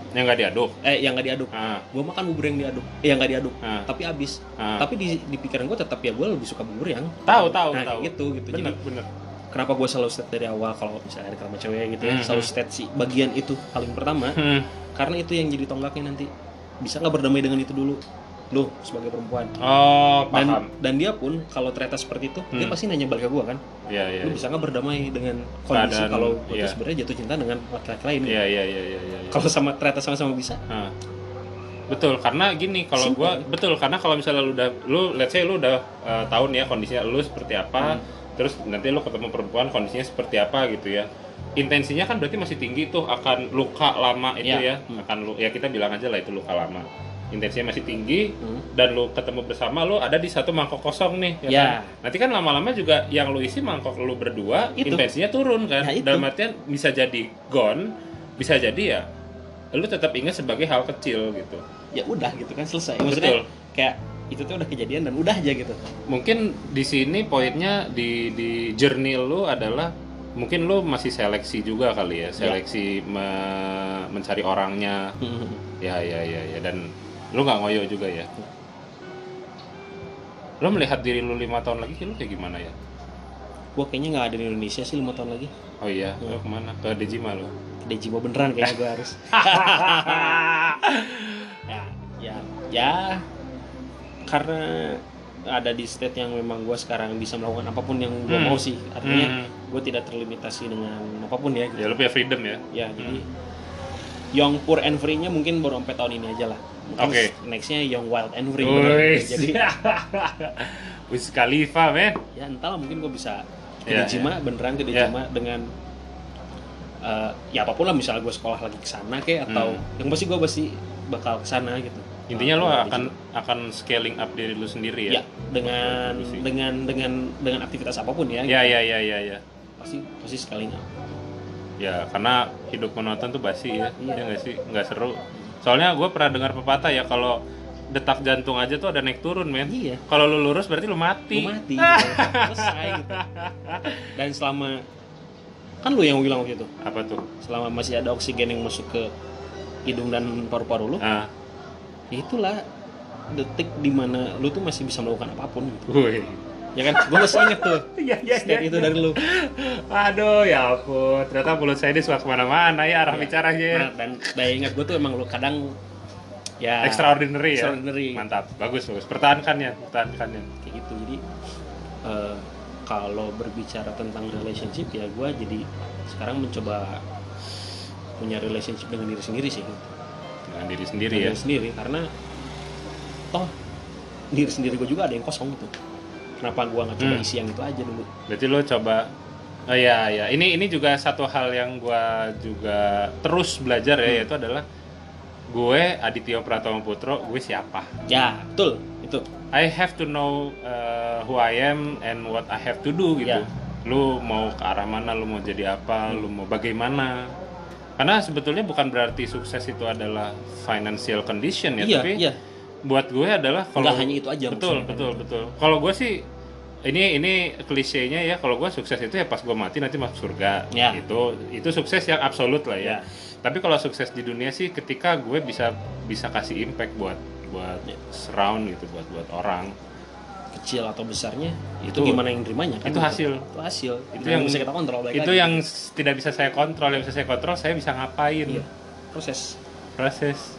A: yang nggak diaduk.
B: eh yang nggak diaduk
A: Ah,
B: gue makan bubur yang diaduk eh, yang nggak diaduk
A: ah,
B: tapi habis
A: ah.
B: tapi di, di pikiran gue tetap ya gue lebih suka bubur yang
A: Tahu, tahu,
B: nah,
A: tahu.
B: gitu gitu
A: Bener,
B: jadi
A: bener.
B: kenapa gue selalu state dari awal kalau misalnya ada kelama cewek gitu ya
A: Mhm.
B: selalu state si bagian itu paling pertama
A: Hmm.
B: karena itu yang jadi tonggaknya nanti bisa nggak berdamai dengan itu dulu lo sebagai perempuan
A: Oh,
B: dan
A: paham.
B: dan dia pun kalau ternyata seperti itu dia
A: Hmm.
B: pasti nanya balik ke gue kan
A: Iya, iya.
B: lu bisa nggak berdamai dengan kondisi
A: Keadaan,
B: kalau gue
A: iya.
B: tuh sebenarnya jatuh cinta dengan laki-laki lain
A: Iya, iya, iya, iya, iya. iya.
B: kalau sama ternyata sama-sama bisa
A: Ah. Betul, karena gini kalau
B: Simple.
A: gua betul karena kalau misalnya lu udah lu let's say lu udah eh, tahu nih ya kondisinya lu seperti apa,
B: Hmm.
A: terus nanti lu ketemu perempuan kondisinya seperti apa gitu ya. Intensinya kan berarti masih tinggi tuh akan luka lama itu
B: Iya.
A: ya,
B: Hmm.
A: akan lu ya kita bilang aja lah itu luka lama. Intensinya masih tinggi
B: Hmm.
A: dan lu ketemu bersama lu ada di satu mangkok kosong nih
B: Ya.
A: kan? Nanti kan lama-lama juga yang lu isi mangkok lu berdua
B: Itu.
A: intensinya turun kan.
B: Nah, itu.
A: Dalam artian bisa jadi gone, bisa jadi ya lu tetap ingat sebagai hal kecil gitu.
B: ya udah gitu kan selesai maksudnya
A: Betul.
B: kayak itu tuh udah kejadian dan udah aja
A: (laughs)
B: gitu
A: Mungkin di sini poinnya di di journey lu adalah mungkin lu masih seleksi juga kali ya, seleksi me- mencari orangnya. Ya ya ya ya dan lu nggak ngoyo juga ya. Lu melihat diri lu lima tahun lagi lu kayak gimana ya?
B: gue kayaknya nggak ada di Indonesia sih lima tahun lagi
A: Oh iya, lu
B: Hmm.
A: kemana? Ke Dejima (laughs) lu?
B: Kedai jiwa beneran kayaknya gue harus ya ya ya karena ada di state yang memang gue sekarang bisa melakukan apapun yang gue
A: Hmm.
B: mau sih
A: Hmm.
B: artinya gue tidak terlimitasi dengan apapun ya gitu
A: Ya lu punya freedom ya.
B: ya jadi yang poor and free-nya mungkin baru sampai tahun ini aja lah Mungkin
A: Oke.
B: nextnya yang wild and free gitu.
A: Wih, (laughs)
B: jadi
A: Wiz Khalifa, men.
B: ya entahlah mungkin gue bisa ke
A: Ya,
B: Dejima beneran ke
A: Ya.
B: Dejima dengan eh, ya apapun lah misalnya gue sekolah lagi ke sana kek atau yang pasti gue pasti bakal ke sana gitu
A: Hmm. Intinya lu
B: lo
A: akan akan scaling up diri lu sendiri Oh,
B: ya
A: ya.
B: dengan
A: Bagus sih.
B: dengan dengan dengan aktivitas apapun ya,
A: Ya ya ya ya ya.
B: pasti pasti sekali
A: Ya, karena hidup menonton tuh basi ya.
B: Iya.
A: Ya nggak sih? Nggak seru. Soalnya gue pernah dengar pepatah ya kalau detak jantung aja tuh ada naik turun, men.
B: iya
A: Kalau lu lurus berarti lu
B: lu
A: mati. (laughs)
B: mati gitu. selesai gitu dan selama kan lu yang bilang waktu itu
A: Apa tuh?
B: selama masih ada oksigen yang masuk ke hidung dan paru-paru lu
A: Ah,
B: ya itulah detik dimana lu tuh masih bisa melakukan apapun gitu.
A: wih.
B: ya kan gue masih inget tuh
A: Ya, (laughs) ya,
B: state itu dari lu
A: Aduh, ya ampun. Ternyata mulut saya ini suka kemana-mana ya arah
B: Ya.
A: bicaranya. ya.
B: nah, dan daya ingat gue tuh emang lu kadang ya
A: Extraordinary ya.
B: extraordinary.
A: Mantap, bagus bagus. Pertahankan ya, pertahankan ya.
B: kayak gitu jadi eh, kalau berbicara tentang relationship ya gue jadi sekarang mencoba punya relationship dengan diri sendiri sih
A: Dengan diri sendiri
B: Dengan
A: ya.
B: diri sendiri karena toh diri sendiri gue juga ada yang kosong gitu kenapa gue nggak coba
A: Hmm.
B: isi yang itu aja dulu
A: Berarti lo coba Oh iya iya, ini ini juga satu hal yang gua juga terus belajar
B: Hmm.
A: ya yaitu adalah gue Aditya Pratama Putro, gue siapa?
B: ya betul itu
A: I have to know uh, who I am and what I have to do gitu.
B: Ya. Hmm.
A: Lu mau ke arah mana, lu mau jadi apa, lu mau bagaimana. Karena sebetulnya bukan berarti sukses itu adalah financial condition ya,
B: iya
A: tapi
B: iya
A: buat gue adalah kalau
B: nggak hanya itu aja
A: betul
B: maksudnya.
A: betul betul kalau gue sih ini ini klisenya ya kalau gue sukses itu ya pas gue mati nanti masuk surga
B: Ya.
A: itu itu sukses yang absolut lah ya
B: Ya.
A: tapi kalau sukses di dunia sih ketika gue bisa bisa kasih impact buat buat
B: Ya.
A: surround gitu buat buat orang
B: kecil atau besarnya itu,
A: Itu-
B: gimana yang nerimanya kan
A: itu hasil.
B: itu hasil
A: Itu
B: Yang
A: yang-
B: bisa kita kontrol balik
A: itu
B: lagi.
A: yang s- tidak bisa saya kontrol yang bisa saya kontrol saya bisa ngapain
B: Iya. proses
A: proses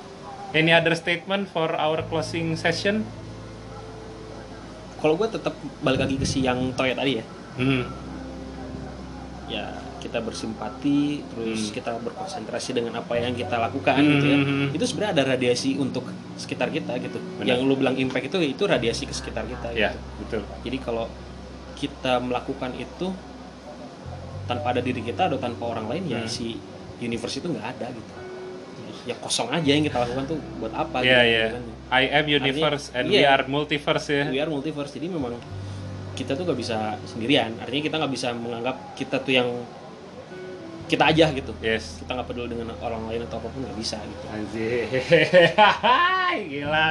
A: any other statement for our closing session
B: kalau gue tetap balik lagi ke si yang toya tadi ya
A: hmm.
B: ya kita bersimpati
A: Hmm.
B: terus kita berkonsentrasi dengan apa yang kita lakukan
A: Hmm,
B: gitu ya
A: hmm, hmm.
B: itu sebenarnya ada radiasi untuk sekitar kita gitu
A: Benar.
B: yang lu bilang impact itu itu radiasi ke sekitar kita
A: ya
B: gitu
A: betul
B: jadi kalau kita melakukan itu tanpa ada diri kita atau tanpa orang lain ya
A: Hmm.
B: si universe itu nggak ada gitu ya kosong aja yang kita lakukan tuh buat
A: Iya,
B: apa gitu
A: iya.
B: kan.
A: I am universe and we
B: iya.
A: are multiverse ya
B: we are multiverse jadi memang kita tuh nggak bisa sendirian artinya kita nggak bisa menganggap kita tuh yang kita aja gitu
A: Yes.
B: kita nggak peduli dengan orang lain atau apapun nggak bisa gitu
A: Anjir. (laughs) Gila.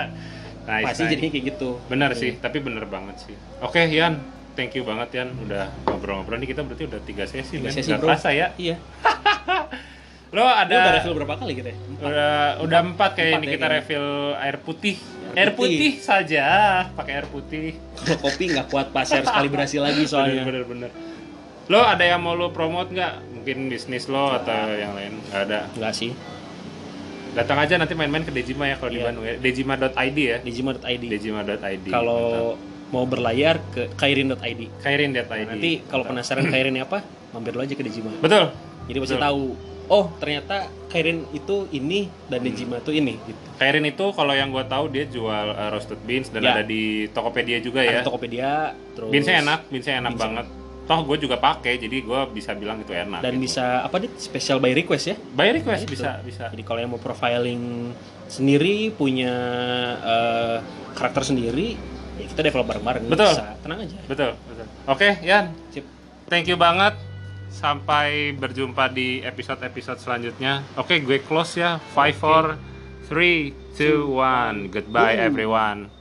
A: Nice.
B: pasti
A: nice.
B: jadinya kayak gitu
A: Benar
B: Iya.
A: sih, tapi benar banget sih. Oke, Yan, thank you banget Yan udah ngobrol-ngobrol nih kita berarti udah tiga sesi
B: Tiga
A: men.
B: sesi,
A: Nggak
B: bro.
A: kerasa ya.
B: iya
A: Lo
B: Lu udah
A: ada
B: refill berapa kali kita ya? Empat.
A: udah udah empat kayak
B: Empat
A: ini
B: ya,
A: kita
B: kayaknya.
A: refill air putih. Air
B: Air
A: putih
B: putih.
A: saja, pakai air putih.
B: kalau kopi nggak kuat pas harus kalibrasi lagi soalnya
A: Bener, bener, bener. Lo ada yang mau lo promote nggak? Mungkin bisnis lo atau
B: Nah.
A: yang lain? Nggak ada.
B: nggak sih
A: Datang aja nanti main-main ke Dejima ya kalau di
B: Iya.
A: Bandung ya. Dejima.id ya.
B: digimart.id
A: Dejima.id.
B: kalau mau berlayar ke kairin.id
A: Kairin.id.
B: nanti kalau penasaran
A: (clears throat)
B: kairin apa mampir lo aja ke Digimart
A: Betul.
B: jadi pasti
A: Betul.
B: tahu oh ternyata Kairin itu ini
A: Hmm.
B: dan Dejima itu ini gitu
A: Kairin itu kalau yang gue tahu dia jual uh, roasted beans dan
B: Ya.
A: ada di Tokopedia juga ya.
B: ada Tokopedia terus
A: Beansnya enak, beansnya enak
B: Beans.
A: banget. Toh gue juga pakai, jadi gue bisa bilang itu enak.
B: dan
A: gitu.
B: bisa apa deh special by request ya
A: by request
B: Nah, itu.
A: bisa bisa.
B: jadi kalau yang mau profiling sendiri punya eh, karakter sendiri ya kita develop bareng-bareng
A: Betul.
B: bisa tenang aja
A: Betul betul. Oke Yan,
B: Sip.
A: thank you banget. Sampai berjumpa di episode-episode selanjutnya. Oke, gue close ya. Five, four, three, two, one. Goodbye everyone.